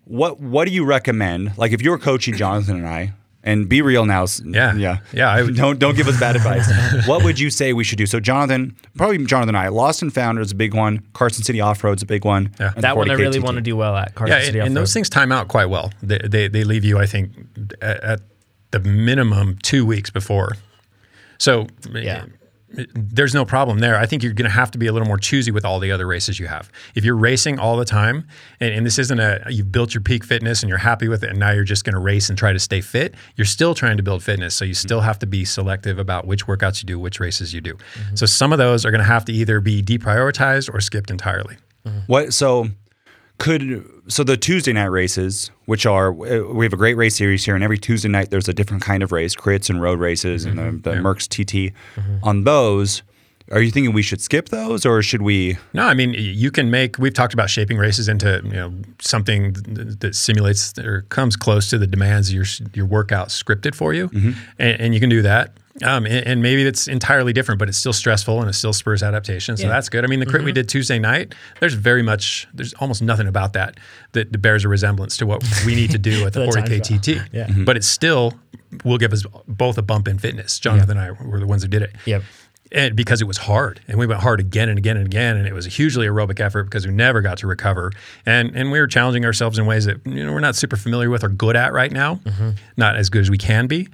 B: what what do you recommend? Like if you were coaching Jonathan and I, and be real now. s-
C: Yeah.
B: yeah,
C: Yeah, I would-
B: don't don't give us
C: <laughs>
B: bad advice. what would you say we should do? So Jonathan, probably Jonathan and I. Lost and Found is a big one. Carson City Off Road's a big one.
C: Yeah.
B: and
A: that one I
B: 40K
A: really
B: TT.
A: want to do well at. Carson
C: yeah,
A: City
C: and, and
A: Off-Road.
C: those things time out quite well. They they, they leave you, I think, at, at the minimum two weeks before. So eh,
A: Yeah.
C: there's no problem there. I think you're going to have to be a little more choosy with all the other races you have. If you're racing all the time, and, and this isn't a you've built your peak fitness and you're happy with it, and now you're just going to race and try to stay fit, you're still trying to build fitness. So you still have to be selective about which workouts you do, which races you do. So some of those are going to have to either be deprioritized or skipped entirely.
B: What so could so the Tuesday night races, which are uh, we have a great race series here, and every Tuesday night there's a different kind of race, crits and road races,
A: Mm-hmm.
B: and the, the Merckx TT. On those, are you thinking we should skip those, or should we?
C: No, I mean y- you can make. We've talked about shaping races into you know something th- th- that simulates or comes close to the demands of your s- your workout scripted for you, and, and you can do that. Um, and, and maybe it's entirely different, but it's still stressful and it still spurs adaptation. So
A: Yeah.
C: that's good. I mean, the crit we did Tuesday night, there's very much, there's almost nothing about that that bears a resemblance to what we need to do at the
A: The time
C: 40k
A: trial.
C: TT. Mm-hmm. But it still will give us both a bump in fitness. Jonathan and I were the ones who did it
A: Yep.
C: and because it was hard and we went hard again and again and again and it was a hugely aerobic effort because we never got to recover and and we were challenging ourselves in ways that you know we're not super familiar with or good at right now not as good as we can be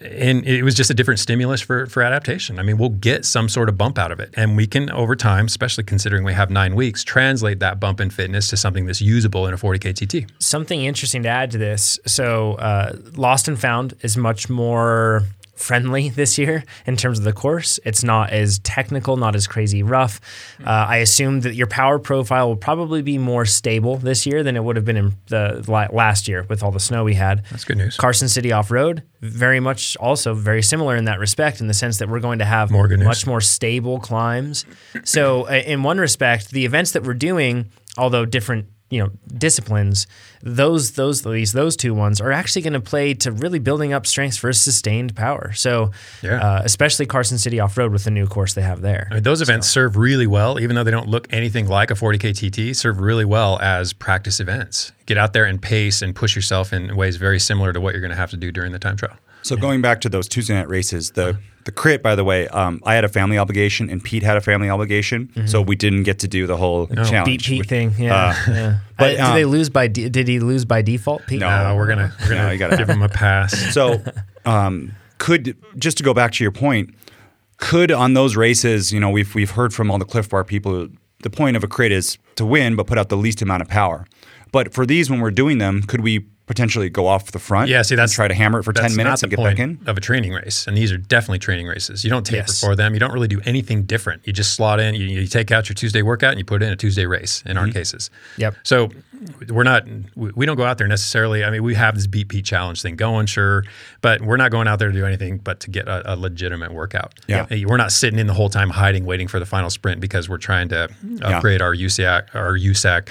C: and it was just a different stimulus for for adaptation i mean we'll get some sort of bump out of it and we can over time especially considering we have 9 weeks translate that bump in fitness to something that's usable in a 40k tt
A: something interesting to add to this. So, uh, Lost and Found is much more friendly this year in terms of the course. It's not as technical, not as crazy rough.
C: Hmm.
A: Uh, I assume that your power profile will probably be more stable this year than it would have been in the la- last year with all the snow we had.
C: That's good news.
A: Carson City Off Road, very much also very similar in that respect, in the sense that we're going to have
C: More good news.
A: much more stable climbs. So, uh, in one respect, the events that we're doing, although different, you know, disciplines, those those at least those two ones are actually going to play to really building up strengths for sustained power. So,
C: Yeah.
A: uh, especially Carson City Off Road with the new course they have there.
C: I mean, those events serve really well, even though they don't look anything like a 40K TT, serve really well as practice events. Get out there and pace and push yourself in ways very similar to what you're going to have to do during the time trial.
B: So going back to those Tuesday night races, the
A: Uh-huh.
B: the crit, by the way, um, I had a family obligation and Pete had a family obligation, so we didn't get to do the whole challenge.
A: Beat Mm-hmm. Pete
B: which-
A: thing, yeah. yeah.
B: uh, <laughs> but,
A: Uh, did they
B: um,
A: lose by? De- did he lose by default, Pete?
B: No.
C: Uh, we're gonna we're
B: No,
C: gonna
B: Oh, you gotta-
C: give them a pass.
B: So, um, could just to go back to your point, could on those races, you know, we've we've heard from all the Cliff Bar people, the point of a crit is to win, but put out the least amount of power. But for these, when we're doing them, could we potentially go off the front?
C: Yeah, see
B: and
C: that's
B: try to hammer it for ten
C: that's
B: minutes
C: not
B: and
C: the
B: get
C: point
B: back in.
C: of a training race, and these are definitely training races. You don't taper
A: Yes.
C: for them. You don't really do anything different. You just slot in. You, you take out your Tuesday workout and you put in a Tuesday race. In
B: Mm-hmm.
C: our cases,
A: Yep.
C: So we're not we we don't go out there necessarily. I mean, we have this beat Pete challenge thing going, sure, but we're not going out there to do anything but to get a, a legitimate workout.
B: Yeah.
C: Hey, we're not sitting in the whole time hiding, waiting for the final sprint because we're trying to upgrade our USAC our USAC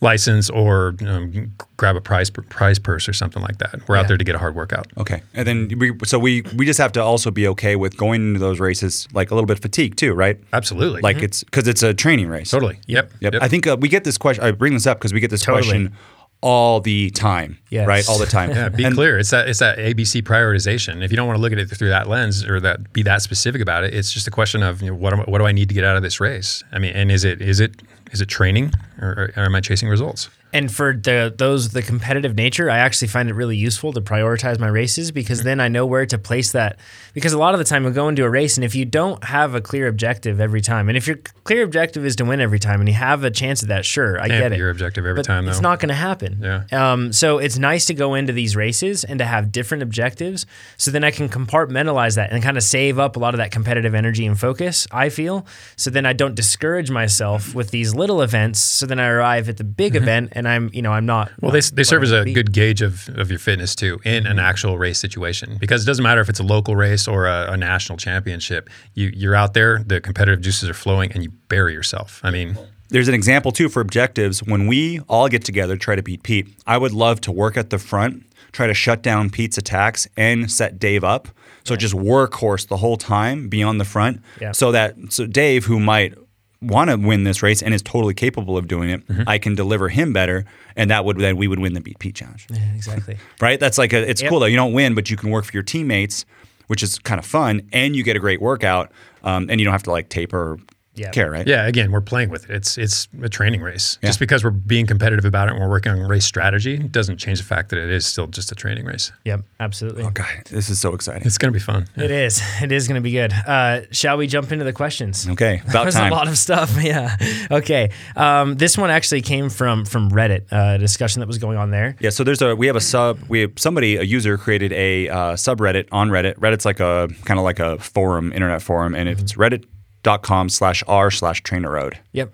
C: license or um, grab a prize prize purse or something like that. We're out there to get a hard workout.
B: Okay, and then we so we we just have to also be okay with going into those races like a little bit fatigued too, right?
C: Absolutely,
B: Like it's because it's a training race.
C: Mm-hmm. totally. Yep.
B: Yep. I think uh, we get this question. I bring this up because we get this
A: Totally.
B: question all the time.
A: Yes.
B: Right. All the time.
C: Yeah, be
B: And-
C: clear. It's that it's that ABC prioritization. If you don't want to look at it through that lens or that be that specific about it, it's just a question of you know, what am, what do I need to get out of this race? I mean, and is it is it is it training or, or am I chasing results?
A: And for the those with the competitive nature, I actually find it really useful to prioritize my races because then I know where to place that. Because a lot of the time you'll go into a race, and if you don't have a clear objective every time, and if your clear objective is to win every time, and you have a chance at that, sure, I
C: Can't
A: get
C: be
A: it.
C: your objective every
A: but
C: time though.
A: it's not going to happen.
C: Yeah.
A: Um, so it's nice to go into these races and to have different objectives. So then I can compartmentalize that and kind of save up a lot of that competitive energy and focus, I feel. So then I don't discourage myself with these little events. So then I arrive at the big event and I'm, you know, I'm not.
C: Mm-hmm. well, they, they serve as a good gauge of, of your fitness too in an actual race situation because it doesn't matter if it's a local race or a, a national championship. You you're out there, the competitive juices are flowing, and you bury yourself. I mean,
B: There's an example too for objectives. When we all get together, try to beat Pete. I would love to work at the front, try to shut down Pete's attacks and set Dave up. So just workhorse the whole time, be on the front,
A: Yeah.
B: so that so Dave, who might want to win this race and is totally capable of doing it, I can deliver him better, and that would then we would win the beat Pete challenge.
A: Yeah, exactly.
B: right? That's like a, it's cool though. You don't win, but you can work for your teammates, which is kind of fun, and you get a great workout, um, and you don't have to like taper or
A: Yeah.
B: care, right?
C: Yeah, again, we're playing with it. It's it's a training race.
B: Yeah.
C: Just because we're being competitive about it and we're working on race strategy doesn't change the fact that it is still just a training race.
A: Yep. Absolutely.
B: Oh, God, this is so exciting.
C: It's going to be fun.
A: It is. It is going to be good. Uh, shall we jump into the questions? <laughs>
B: Okay, about
A: There's
B: time.
A: a lot of stuff. <laughs> Yeah. Okay. Um, this one actually came from from Reddit, uh, discussion that was going on there.
B: Yeah, so there's a we have a sub we have somebody a user created a uh, subreddit on Reddit. Reddit's like a kind of like a forum, internet forum, and it's reddit.com slash r slash trainer road.
A: Yep.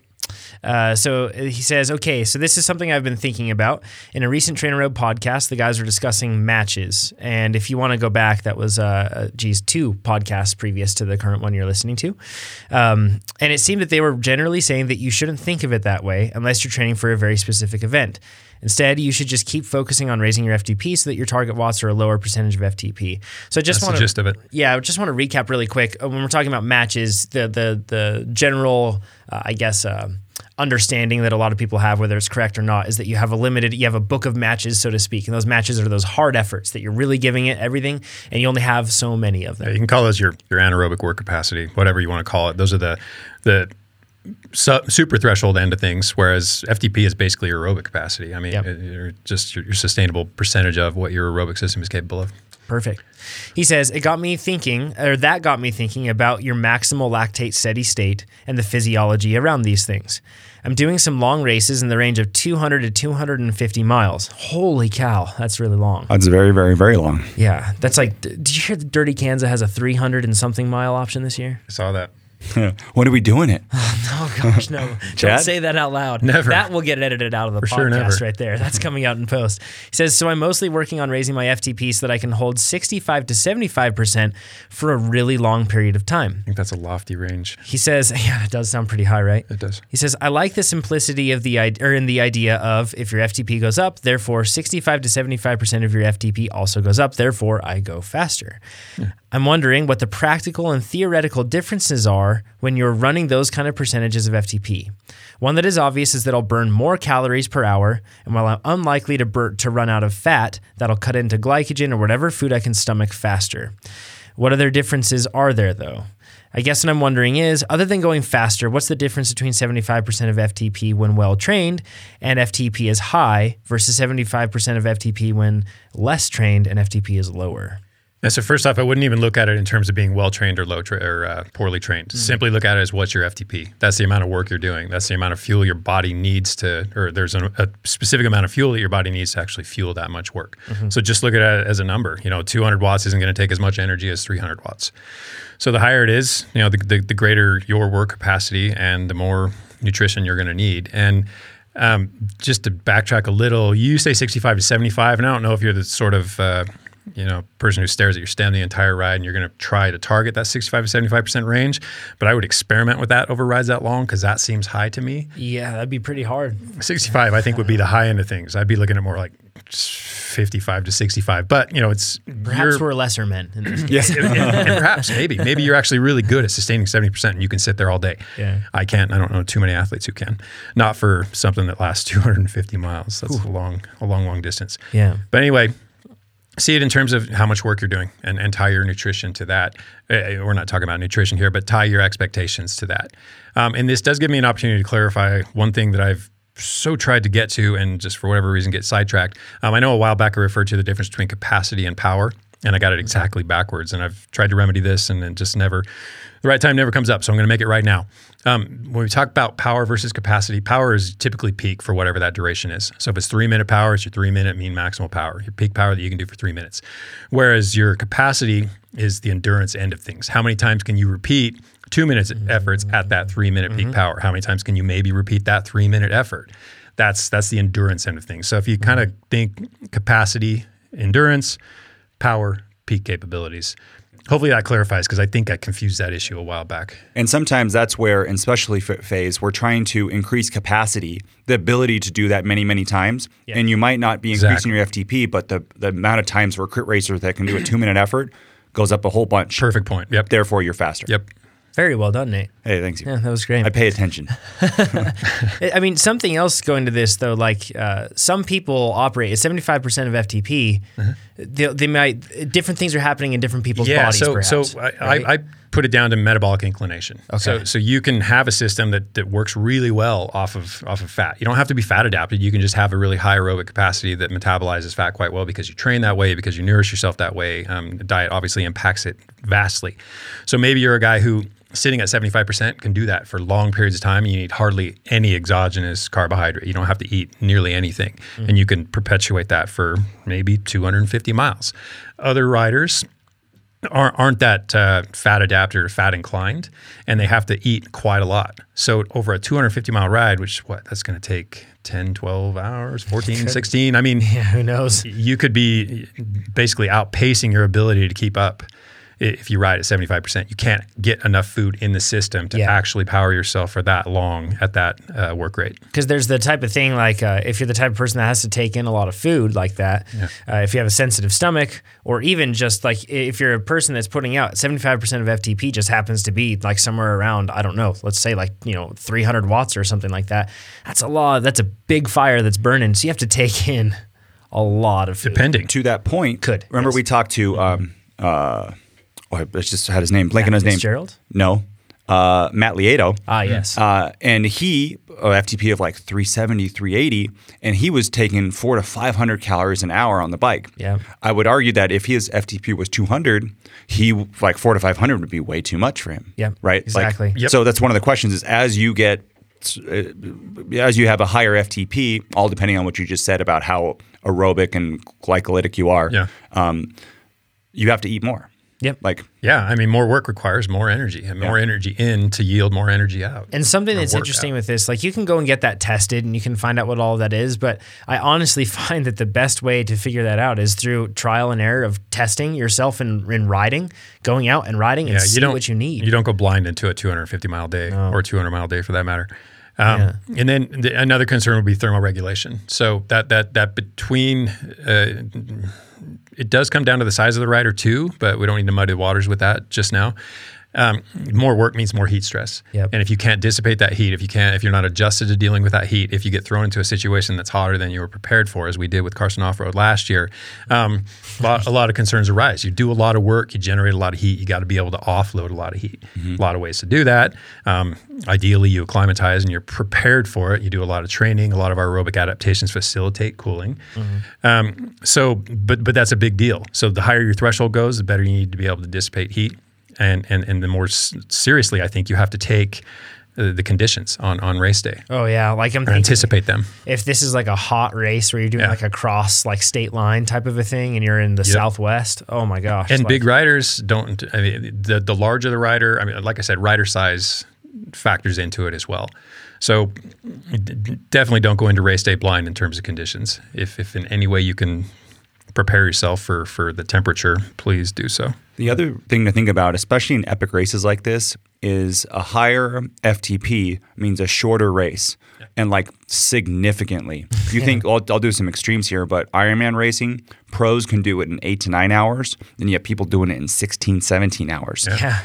A: Uh, so he says, okay, so this is something I've been thinking about. In a recent Trainer Road podcast, the guys were discussing matches. And if you want to go back, that was, uh, uh, geez, two podcasts previous to the current one you're listening to. Um, and it seemed that they were generally saying that you shouldn't think of it that way unless you're training for a very specific event. Instead, you should just keep focusing on raising your FTP so that your target watts are a lower percentage of FTP. So I just
C: That's
A: want
C: the
A: to
C: gist of it.
A: yeah, I just want to recap really quick. Uh, When we're talking about matches, the the the general, uh, I guess, uh, understanding that a lot of people have, whether it's correct or not, is that you have a limited, you have a book of matches, so to speak, and those matches are those hard efforts that you're really giving it everything, and you only have so many of them.
C: You can call those your, your anaerobic work capacity, whatever you want to call it. Those are the the su- super threshold end of things, whereas FTP is basically your aerobic capacity. I mean,
A: Yep.
C: it- you're just your, your sustainable percentage of what your aerobic system is capable of.
A: Perfect. He says, It got me thinking, or that got me thinking about your maximal lactate steady state and the physiology around these things. I'm doing some long races in the range of 200 to 250 miles. Holy cow, that's really long.
B: That's very, very, very long. <laughs>
A: Yeah, that's like, d- did you hear that Dirty Kansas has a 300 and something mile option this year?
C: I saw that.
B: when are we doing it?
A: Oh gosh, no! <laughs> Don't
B: Chad?
A: say that out loud.
C: Never.
A: That will get edited out of the podcast
C: sure, never.
A: right there. That's coming out in post. He says, "So I'm mostly working on raising my FTP so that I can hold 65 to 75 percent for a really long period of time."
C: I think that's a lofty range.
A: He says, <laughs> "Yeah, it does sound pretty high, right?"
C: It does.
A: He says, "I like the simplicity of the id- or in the idea of if your FTP goes up, therefore 65 to 75 percent of your FTP also goes up, therefore I go faster." I'm wondering what the practical and theoretical differences are when you're running those kind of percentages of FTP. One that is obvious is that I'll burn more calories per hour, and while I'm unlikely to bur- to run out of fat, that'll cut into glycogen or whatever food I can stomach faster. What other differences are there though? I guess what I'm wondering is, other than going faster, what's the difference between 75% of FTP when well trained and FTP is high versus 75% of FTP when less trained and FTP is lower?
C: And so first off, I wouldn't even look at it in terms of being well trained or low tra- or uh, poorly trained. Simply look at it as what's your FTP. That's the amount of work you're doing. That's the amount of fuel your body needs to, or there's a, a specific amount of fuel that your body needs to actually fuel that much work. So just look at it as a number. You know, 200 watts isn't going to take as much energy as 300 watts. So the higher it is, you know, the, the, the greater your work capacity and the more nutrition you're going to need. And um, just to backtrack a little, you say 65 to 75, and I don't know if you're the sort of uh, you know person who stares at your stem the entire ride, and you're going to try to target that 65 to 75 percent range. But I would experiment with that over rides that long because that seems high to me.
A: Yeah, that'd be pretty hard.
C: 65 i think would be the high end of things i'd be looking at more like 55 to 65 but you know it's
A: Perhaps
C: you're-
A: we're lesser men. In this
C: Yes, and, <laughs> and- and perhaps maybe maybe you're actually really good at sustaining seventy percent, and you can sit there all day.
A: Yeah.
C: I can't. I don't know too many athletes who can. Not for something that lasts <laughs> 250 miles. That's a long, a long, long distance.
A: Yeah.
C: But anyway, see it in terms of how much work you're doing, and, and tie your nutrition to that. Eh, We're not talking about nutrition here, but tie your expectations to that. Um, and this does give me an opportunity to clarify one thing that I've so tried to get to, and just for whatever reason get sidetracked. Um, I know a while back I referred to the difference between capacity and power and I got it exactly backwards. And I've tried to remedy this, and it just never, the right time never comes up. So I'm going to make it right now. Um, when we talk about power versus capacity, power is typically peak for whatever that duration is. So if it's three minute power, it's your three minute mean maximal power, your peak power that you can do for three minutes. Whereas your capacity is the endurance end of things. How many times can you repeat two minutes efforts at that three minute peak power? How many times can you maybe repeat that three minute effort? That's that's the endurance end of things. So if you kind of think capacity, endurance, power, peak capabilities. Hopefully that clarifies because I think I confused that issue a while back.
B: And sometimes that's where, in specialty fit phase, we're trying to increase capacity, the ability to do that many, many times. And you might not be increasing your FTP, but the, the amount of times for a crit racer
A: <clears throat>
B: that can do a two minute effort goes up a whole bunch.
C: Perfect point. Yep.
B: Therefore, you're faster.
C: Yep.
A: Very well done, Nate.
B: Hey, thanks. you.
A: Yeah, that was great.
B: I
A: <laughs>
B: pay attention.
A: I- I mean, something else going to this though, like uh, some people operate at 75% of FTP. They, they might different things are happening in different people's
C: yeah,
A: bodies.
C: so
A: perhaps,
C: so I,
A: right?
C: I, I put it down to metabolic inclination. So so you can have a system that, that works really well off of off of fat. You don't have to be fat adapted. You can just have a really high aerobic capacity that metabolizes fat quite well because you train that way, because you nourish yourself that way. Um, diet obviously impacts it vastly. So maybe you're a guy who sitting at 75% can do that for long periods of time. You need hardly any exogenous carbohydrate. You don't have to eat nearly anything.
A: Mm.
C: And you can perpetuate that for maybe 250 miles. Other riders, aren't, aren't that uh, fat adapted or fat inclined, and they have to eat quite a lot. So over a 250 mile ride, which what that's going to take 10, 12 hours, 14, 16. I
A: <laughs>
C: mean,
A: who knows?
C: you could be basically outpacing your ability to keep up i- if you ride at 75%. You can't get enough food in the system to
A: Yeah.
C: actually power yourself for that long at that uh, work rate.
A: because there's the type of thing like uh, if you're the type of person that has to take in a lot of food like that, uh, if you have a sensitive stomach, or even just like i- if you're a person that's putting out 75% of FTP just happens to be like somewhere around, I don't know, let's say like, you know, 300 watts or something like that. That's a lot. That's a big fire that's burning. So you have to take in a lot of food.
C: Pending.
B: to that point,
A: Could,
B: remember
A: yes.
B: we talked to um uh oh I just had his name blanking on his name
A: Fitzgerald?
B: No, uh, Matt Lieto.
A: Ah, yes.
B: Uh, and he, a FTP of like 370, 380, and he was taking four to 500 calories an hour on the bike.
A: Yeah.
B: I would argue that if his FTP was 200, he, like four to 500 would be way too much for him.
A: Yeah,
B: Right? Like,
A: exactly.
C: Yep.
B: So that's one of the questions is as you get, uh, as you have a higher FTP, all depending on what you just said about how aerobic and glycolytic you are,
C: Yeah.
B: um, you have to eat more.
A: Yep.
B: Like,
C: Yeah, I mean, more work requires more energy, and more energy in to yield more energy out.
A: And something
C: Or
A: that's
C: work
A: interesting
C: out.
A: with this, like you can go and get that tested and you can find out what all that is. But I honestly <laughs> find that the best way to figure that out is through trial and error of testing yourself in, in riding, going out and riding and
C: yeah,
A: see
C: you don't
A: what you need.
C: You don't go blind into a 250 mile day or 200 mile day for that matter. Um, And then the, another concern would be thermal regulation. So that that that between uh, it does come down to the size of the rider too, but we don't need to muddy the waters with that just now. Um, more work means more heat stress,
A: Yep.
C: and if you can't dissipate that heat, if you can't, if you're not adjusted to dealing with that heat, if you get thrown into a situation that's hotter than you were prepared for, as we did with Carson Off Road last year, um, a, lot, a lot of concerns arise. You do a lot of work, you generate a lot of heat, you got to be able to offload a lot of heat. A lot of ways to do that. Um, ideally, you acclimatize and you're prepared for it. You do a lot of training. A lot of our aerobic adaptations facilitate cooling. Um, so, but but that's a big deal. So the higher your threshold goes, the better you need to be able to dissipate heat, and and and the more s- seriously, I think you have to take uh, the conditions on on race day
A: oh, yeah. Like I'm
C: or
A: thinking
C: anticipate them.
A: if this is like a hot race where you're doing
C: Yeah.
A: like a cross, like state line type of a thing and you're in the Southwest, oh my gosh.
C: And
A: like-
C: big riders don't. I mean, the the larger the rider, I mean, like I said, rider size factors into it as well. So d- d- definitely don't go into race day blind in terms of conditions. If if in any way you can prepare yourself for for the temperature, please do so.
B: The other thing to think about, especially in epic races like this, is a higher FTP means a shorter race and like significantly. You think, well, I'll do some extremes here, but Ironman racing, pros can do it in eight to nine hours, and you have people doing it in 16, 17 hours.
A: Yeah.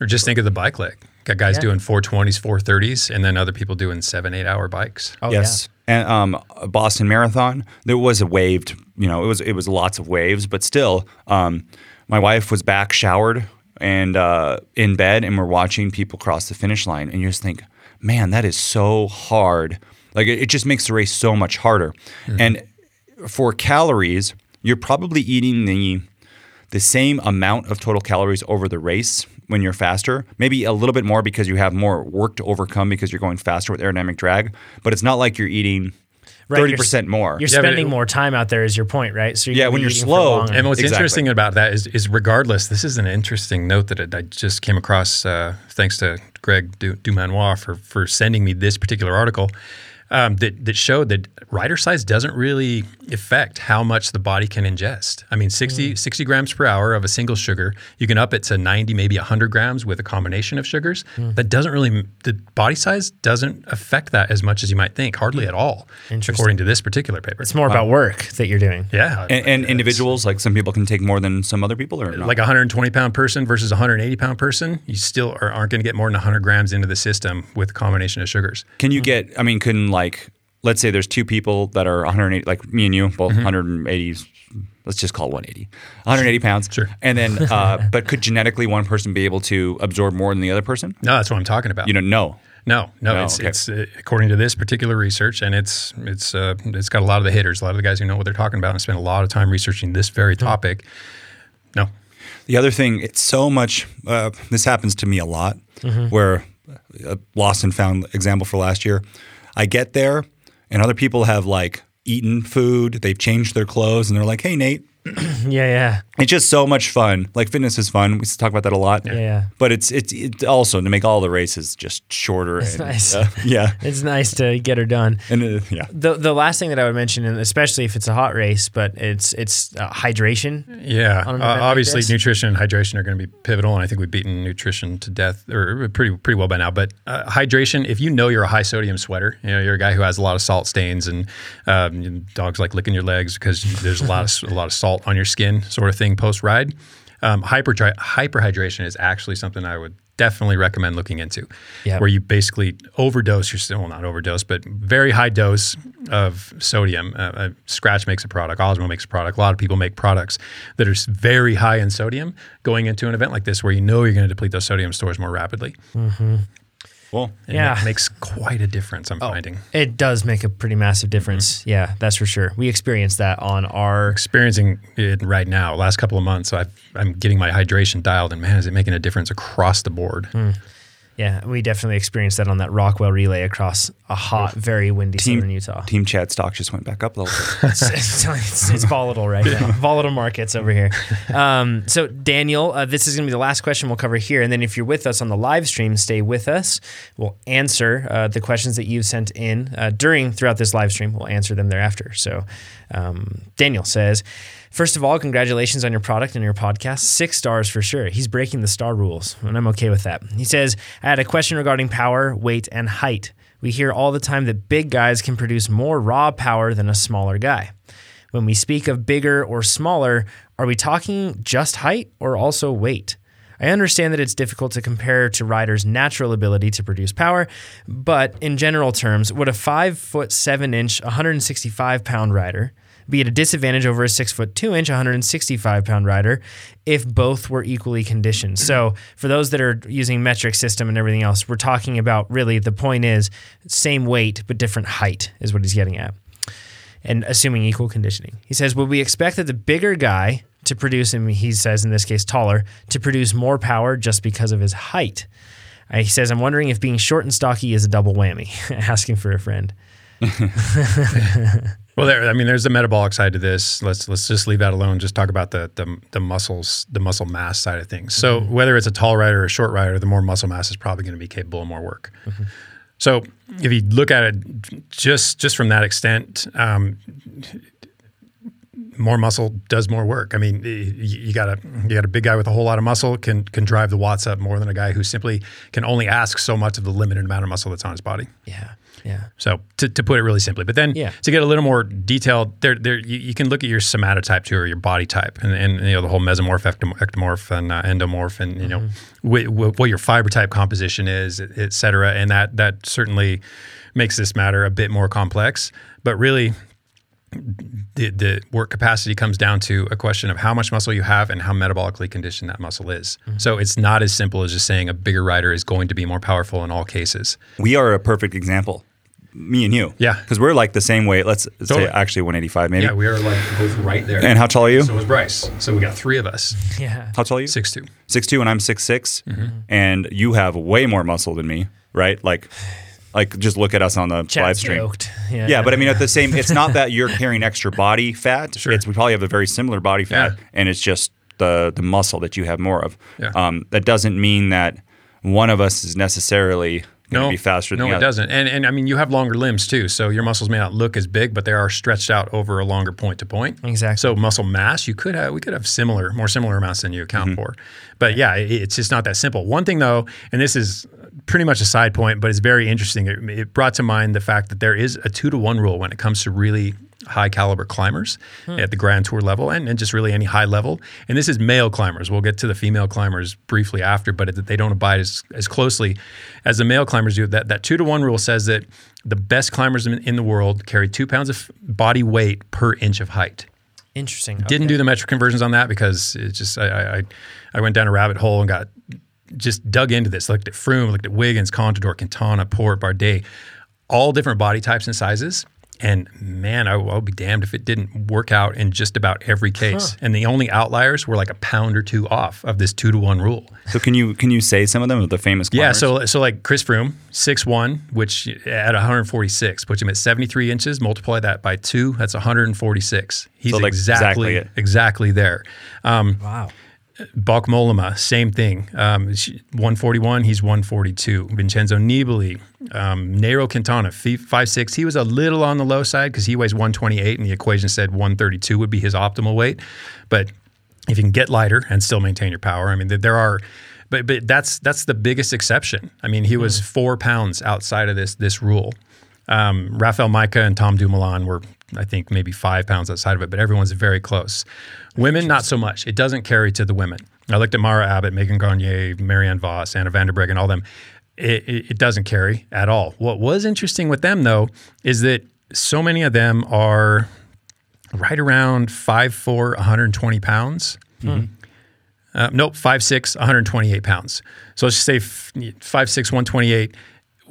C: Or just think of the bike leg. Got guys
A: Yeah.
C: doing 420s, 430s, and then other people doing seven, eight hour bikes.
A: Oh,
B: yes. And um, Boston Marathon, there was a waved, you know, it was it was lots of waves, but still, um, my wife was back showered and uh, in bed, and we're watching people cross the finish line, and you just think, man, that is so hard. Like it, it just makes the race so much harder. And for calories, you're probably eating the the same amount of total calories over the race when you're faster. Maybe a little bit more because you have more work to overcome because you're going faster with aerodynamic drag, but it's not like you're eating
A: Right, you're
B: 30% more.
A: Yeah. You're
C: Yeah, but
A: spending
C: it-
A: more time out there, is your point, right? So
B: Yeah,
A: gonna
B: when
A: be
B: you're
A: eating for
B: slow,
A: longer.
C: And what's
B: Exactly.
C: interesting about that is, is regardless, this is an interesting note that I- I just came across uh, thanks to Greg Du- Dumanoir for, for sending me this particular article um, that, that showed that rider size doesn't really affect how much the body can ingest. I mean, 60, 60 grams per hour of a single sugar, you can up it to 90, maybe 100 grams with a combination of sugars. That doesn't really, the body size doesn't affect that as much as you might think, hardly at all, according to this particular paper.
A: It's more about work that you're
C: <laughs>
A: doing.
C: yeah.
B: and, and individuals, like some people can take more than some other people or not.
C: like a 120 pound person versus a 180 pound person, you still are, aren't going to get more than 100 grams into the system with a combination of sugars.
B: Can you
A: mm-hmm.
B: get? I mean, couldn't like let's say there's two people that are 180, like me and you, both
A: Mm-hmm.
B: 180. Let's just call it 180, 180 pounds.
C: Sure.
A: <laughs>
B: And then, uh, but could genetically one person be able to absorb more than the other person?
C: No, that's what I'm talking about.
B: You don't know.
C: no, no,
B: No,
C: it's,
B: okay.
C: it's uh, according to this particular research, and it's it's uh, it's got a lot of the hitters, a lot of the guys who know what they're talking about, and spend a lot of time researching this very
B: Hmm.
C: topic. No,
B: The other thing, it's so much. Uh, this happens to me a lot. Where a lost and found example for last year, I get there and other people have like eaten food, they've changed their clothes, and they're like, "Hey, Nate."
A: Yeah, yeah.
B: It's just so much fun. Like fitness is fun. We talk about that a lot.
A: Yeah.
B: But it's it's it also to make all the races just shorter. and,
A: nice.
B: uh, <laughs> yeah.
A: It's nice to get her done.
B: And uh, yeah.
A: The the last thing that I would mention, and especially if it's a hot race, but it's it's uh, hydration.
C: yeah,
A: On an
C: uh,
A: event like
C: obviously
A: this?
C: nutrition and hydration are going to be pivotal, and I think we've beaten nutrition to death or pretty pretty well by now. But uh, hydration, if you know you're a high sodium sweater, you know you're a guy who has a lot of salt stains, and um, you- dogs like licking your legs because there's a lot of a lot of salt on your skin, sort of thing post ride. Um, hyper hyperhydration is actually something I would definitely recommend looking into,
A: Yep.
C: where you basically overdose. You're still well, not overdose, but very high dose of sodium. Uh, uh, Scratch makes a product. Osmo makes a product. A lot of people make products that are s- very high in sodium. Going into an event like this, where you know you're going to deplete those sodium stores more rapidly,
B: Cool.
C: and
A: Yeah.
C: that makes quite a difference. I'm finding
A: It does make a pretty massive difference. Yeah, that's for sure. We experienced that on our
C: experiencing it right now. Last couple of months, I've, I'm getting my hydration dialed, and man, is it making a difference across the board.
A: yeah, we definitely experienced that on that Rockwell relay across a hot, very windy southern Utah.
B: Team chat stock just went back up a little bit.
A: it's, it's- it's- it's volatile right now. Volatile markets over here. Um, so, Daniel, uh, this is going to be the last question we'll cover here. And then, if you're with us on the live stream, stay with us. We'll answer uh, the questions that you've sent in uh, during throughout this live stream. We'll answer them thereafter. So, um, Daniel says, First of all, congratulations on your product and your podcast. Six stars for sure. He's breaking the star rules, and I'm okay with that. He says, I had a question regarding power, weight, and height. We hear all the time that big guys can produce more raw power than a smaller guy. When we speak of bigger or smaller, are we talking just height or also weight? I understand that it's difficult to compare to riders' natural ability to produce power, but in general terms, would a five foot seven inch, 165 pound rider be at a disadvantage over a six foot two inch, 165 pound rider if both were equally conditioned. So for those that are using metric system and everything else, we're talking about really the point is same weight but different height is what he's getting at and assuming equal conditioning. He says, Would we expect that the bigger guy to produce, and he says in this case taller, to produce more power just because of his height? Uh, he says, I'm wondering if being short and stocky is a double whammy, <laughs> asking for a friend.
C: Well, there. I mean, there's the metabolic side to this. Let's let's just leave that alone. Just talk about the the, the muscles, the muscle mass side of things. So whether it's a tall rider or a short rider, the more muscle mass is probably going to be capable of more work. So if you look at it just just from that extent, um, more muscle does more work. I mean, y- you got a you got a big guy with a whole lot of muscle can can drive the watts up more than a guy who simply can only ask so much of the limited amount of muscle that's on his body.
A: Yeah. Yeah. <laughs>
C: So to, to put it really simply, but then
A: Yeah.
C: to get a little more detailed, there there you, you can look at your somatotype too, or your body type, and, and you know the whole mesomorph, ectom- ectomorph, and uh, endomorph, and you know wh- wh- what your fiber type composition is, et- et cetera, and that that certainly makes this matter a bit more complex. But really, the, the work capacity comes down to a question of how much muscle you have and how metabolically conditioned that muscle is. So it's not as simple as just saying a bigger rider is going to be more powerful in all cases.
B: we are a perfect example. Me and you.
C: Yeah.
B: Because we're like the same weight. Let's
C: Totally.
B: say actually 185 maybe.
C: Yeah, we are like both right there.
B: And how tall are you?
C: So was Bryce. So we got three of us.
A: Yeah.
B: how tall are you?
C: Six Mm-hmm. two.
B: six two and I'm six and you have way more muscle than me, right? Like, like just look at us on the live
A: Chad's
B: stream.
A: Joked.
B: Yeah, but I mean, at the same, it's not that you're carrying extra body fat.
C: <laughs> Sure.
B: It's we probably have a very similar body fat,
C: Yeah.
B: and it's just the the muscle that you have more of.
C: Yeah.
B: Um, that doesn't mean that one of us is necessarily going to
C: No,
B: be faster than
C: no,
B: the
C: it
B: other.
C: doesn't. And and I mean, you have longer limbs too, so your muscles may not look as big, but they are stretched out over a longer point to point.
A: Exactly.
C: So muscle mass, you could have, we could have similar, more similar amounts than you account for. But yeah, it, it's just not that simple. One thing though, and this is pretty much a side point, but it's very interesting. It, it brought to mind the fact that there is a two to one rule when it comes to really high caliber climbers at the grand tour level and, and just really any high level. And this is male climbers. We'll get to the female climbers briefly after, but it, they don't abide as, as closely as the male climbers do. That, that two to one rule says that the best climbers in, in the world carry two pounds of body weight per inch of height.
A: Interesting.
C: Didn't do the metric conversions on that because it's just I, I- I I went down a rabbit hole and got just dug into this. Looked at Froome, looked at Wiggins, Contador, Quintana, Port, Bardet, all different body types and sizes. And man, I, will be damned if it didn't work out in just about every case. And the only outliers were like a pound or two off of this two to one rule.
B: So can you can you say some of them of the famous?
C: Yeah,
B: climbers?
C: so so like Chris Froome, six one, which at 146 puts him at 73 inches. Multiply that by two, that's 146. He's
B: So, like, exactly
C: exactly
B: it.
C: exactly, there. Um,
A: Oh, Wow.
C: Balk Molima, same thing. Um, she- 141, he's 142. Vincenzo Nibali, um, Nairo Quintana, fi- 5'6. He was a little on the low side because he weighs 128 and the equation said 132 would be his optimal weight. But if you can get lighter and still maintain your power, I mean, there, there are. But, but that's that's the biggest exception. I mean, he was four pounds outside of this this rule. Um, Rafael Micah and Tom Dumoulin were, I think, maybe five pounds outside of it, but everyone's very close. Women, not so much. It doesn't carry to the women. I looked at Mara Abbott, Megan Gagne, Marianne Voss, Anna Vanderbregen, all them. It, it, it doesn't carry at all. What was interesting with them though is that so many of them are right around 5'4", 120 pounds. Uh, nope, 5'6", 128 pounds. So let's just say f- 5'6", 128.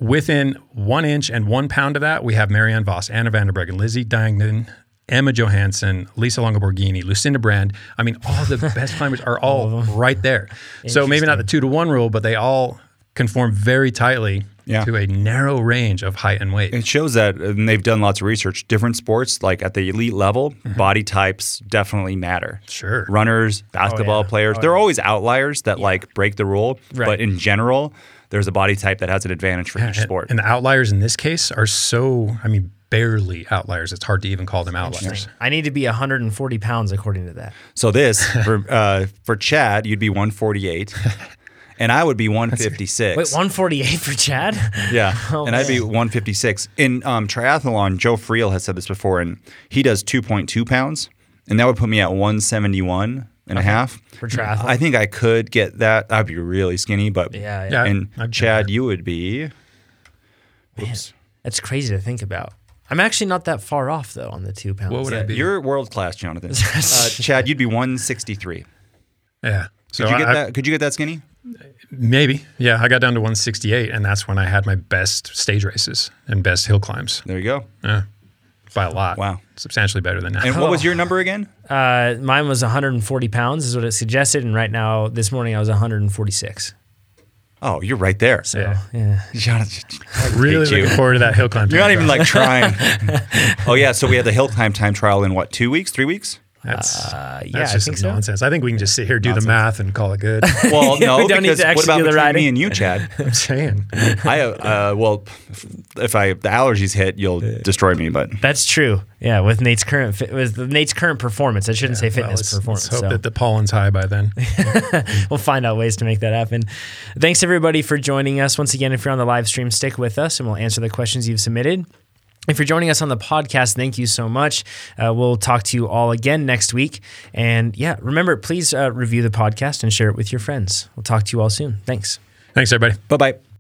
C: Within one inch and one pound of that, we have Marianne Voss, Anna Vanderbregen, Lizzie Dangnan, Emma Johansson, Lisa Longoborghini, Lucinda Brand. I mean, all the best climbers are all right there. So maybe not the two to one rule, but they all conform very tightly
B: Yeah.
C: to a narrow range of height and weight.
B: It shows that, and they've done lots of research. Different sports, like at the elite level,
A: Mm-hmm.
B: body types definitely matter.
C: Sure.
B: Runners, basketball
A: Oh, yeah.
B: players, there are always outliers that like break the rule.
A: Right.
B: But in general, there's a body type that has an advantage for each
C: And-
B: sport.
C: And the outliers in this case are so, I mean, barely outliers. It's hard to even call them outliers.
A: I need to be 140 pounds according to that.
B: so
A: <laughs>
B: this for uh, for Chad, you'd be 148, and I would be 156.
A: Wait, 148 for Chad?
B: Yeah,
A: Oh,
B: and I'd be 156. In um, triathlon, Joe Friel has said this before, and he does 2.2 pounds, and that would put me at 171 and a half.
A: <laughs> For triathlon.
B: I think I could get that. I'd be really skinny, but
A: Yeah, yeah.
C: Yeah.
B: And
C: I've been
B: Chad, you would be. Whoops.
A: That's crazy to think about. I'm actually not that far off though on the two pounds.
C: What would I be?
B: You're world
A: <laughs>
B: class, Jonathan. uh, Chad, you'd be 163.
C: yeah. So
B: Could you
C: I-
B: get
C: I-
B: that? Could you get that skinny?
C: maybe. Yeah. I got down to 168, and that's when I had my best stage races and best hill climbs
B: There you go.
C: by a lot.
B: Wow.
C: Substantially better than that.
B: And what
A: Oh.
B: was your number again?
A: Uh, mine was 140 pounds is what it suggested, and right now this morning I was 146.
B: Oh, you're right there.
A: So
C: Yeah.
A: yeah,
B: <laughs> Jonathan, I
C: <laughs> really
B: hate you.
C: looking forward to that hill
B: <laughs>
C: climb.
B: You're not
A: <laughs>
B: even like trying. oh yeah, so we had the hill climb time trial in what? Two weeks?
A: <laughs>
B: Three weeks?
C: That's,
A: Uh, yeah,
C: that's
A: I
C: just
A: think
C: some
A: so.
C: nonsense. I think we can just sit here, do the math, and call
A: <laughs>
C: it good.
B: Well, no,
A: We don't need
B: because
A: to
B: what
A: actually
B: about
A: do the
B: between
A: riding.
B: me and
A: <laughs>
B: you, Chad?
C: I'm saying.
B: I uh, well, if- if I the allergies hit, you'll destroy me. But
A: That's true. Yeah, with Nate's current fit, with Nate's current performance, I shouldn't say
C: Well,
A: fitness
C: let's, let's
A: performance.
C: hope
A: so.
C: that the pollen's high by then.
A: <laughs> we'll find out ways to make that happen. Thanks everybody for joining us. Once again, if you're on the live stream, stick with us and we'll answer the questions you've submitted. If you're joining us on the podcast, thank you so much. Uh, we'll talk to you all again next week. And yeah, remember, please uh, review the podcast and share it with your friends. We'll talk to you all soon. Thanks.
C: Thanks, everybody.
B: bye bye.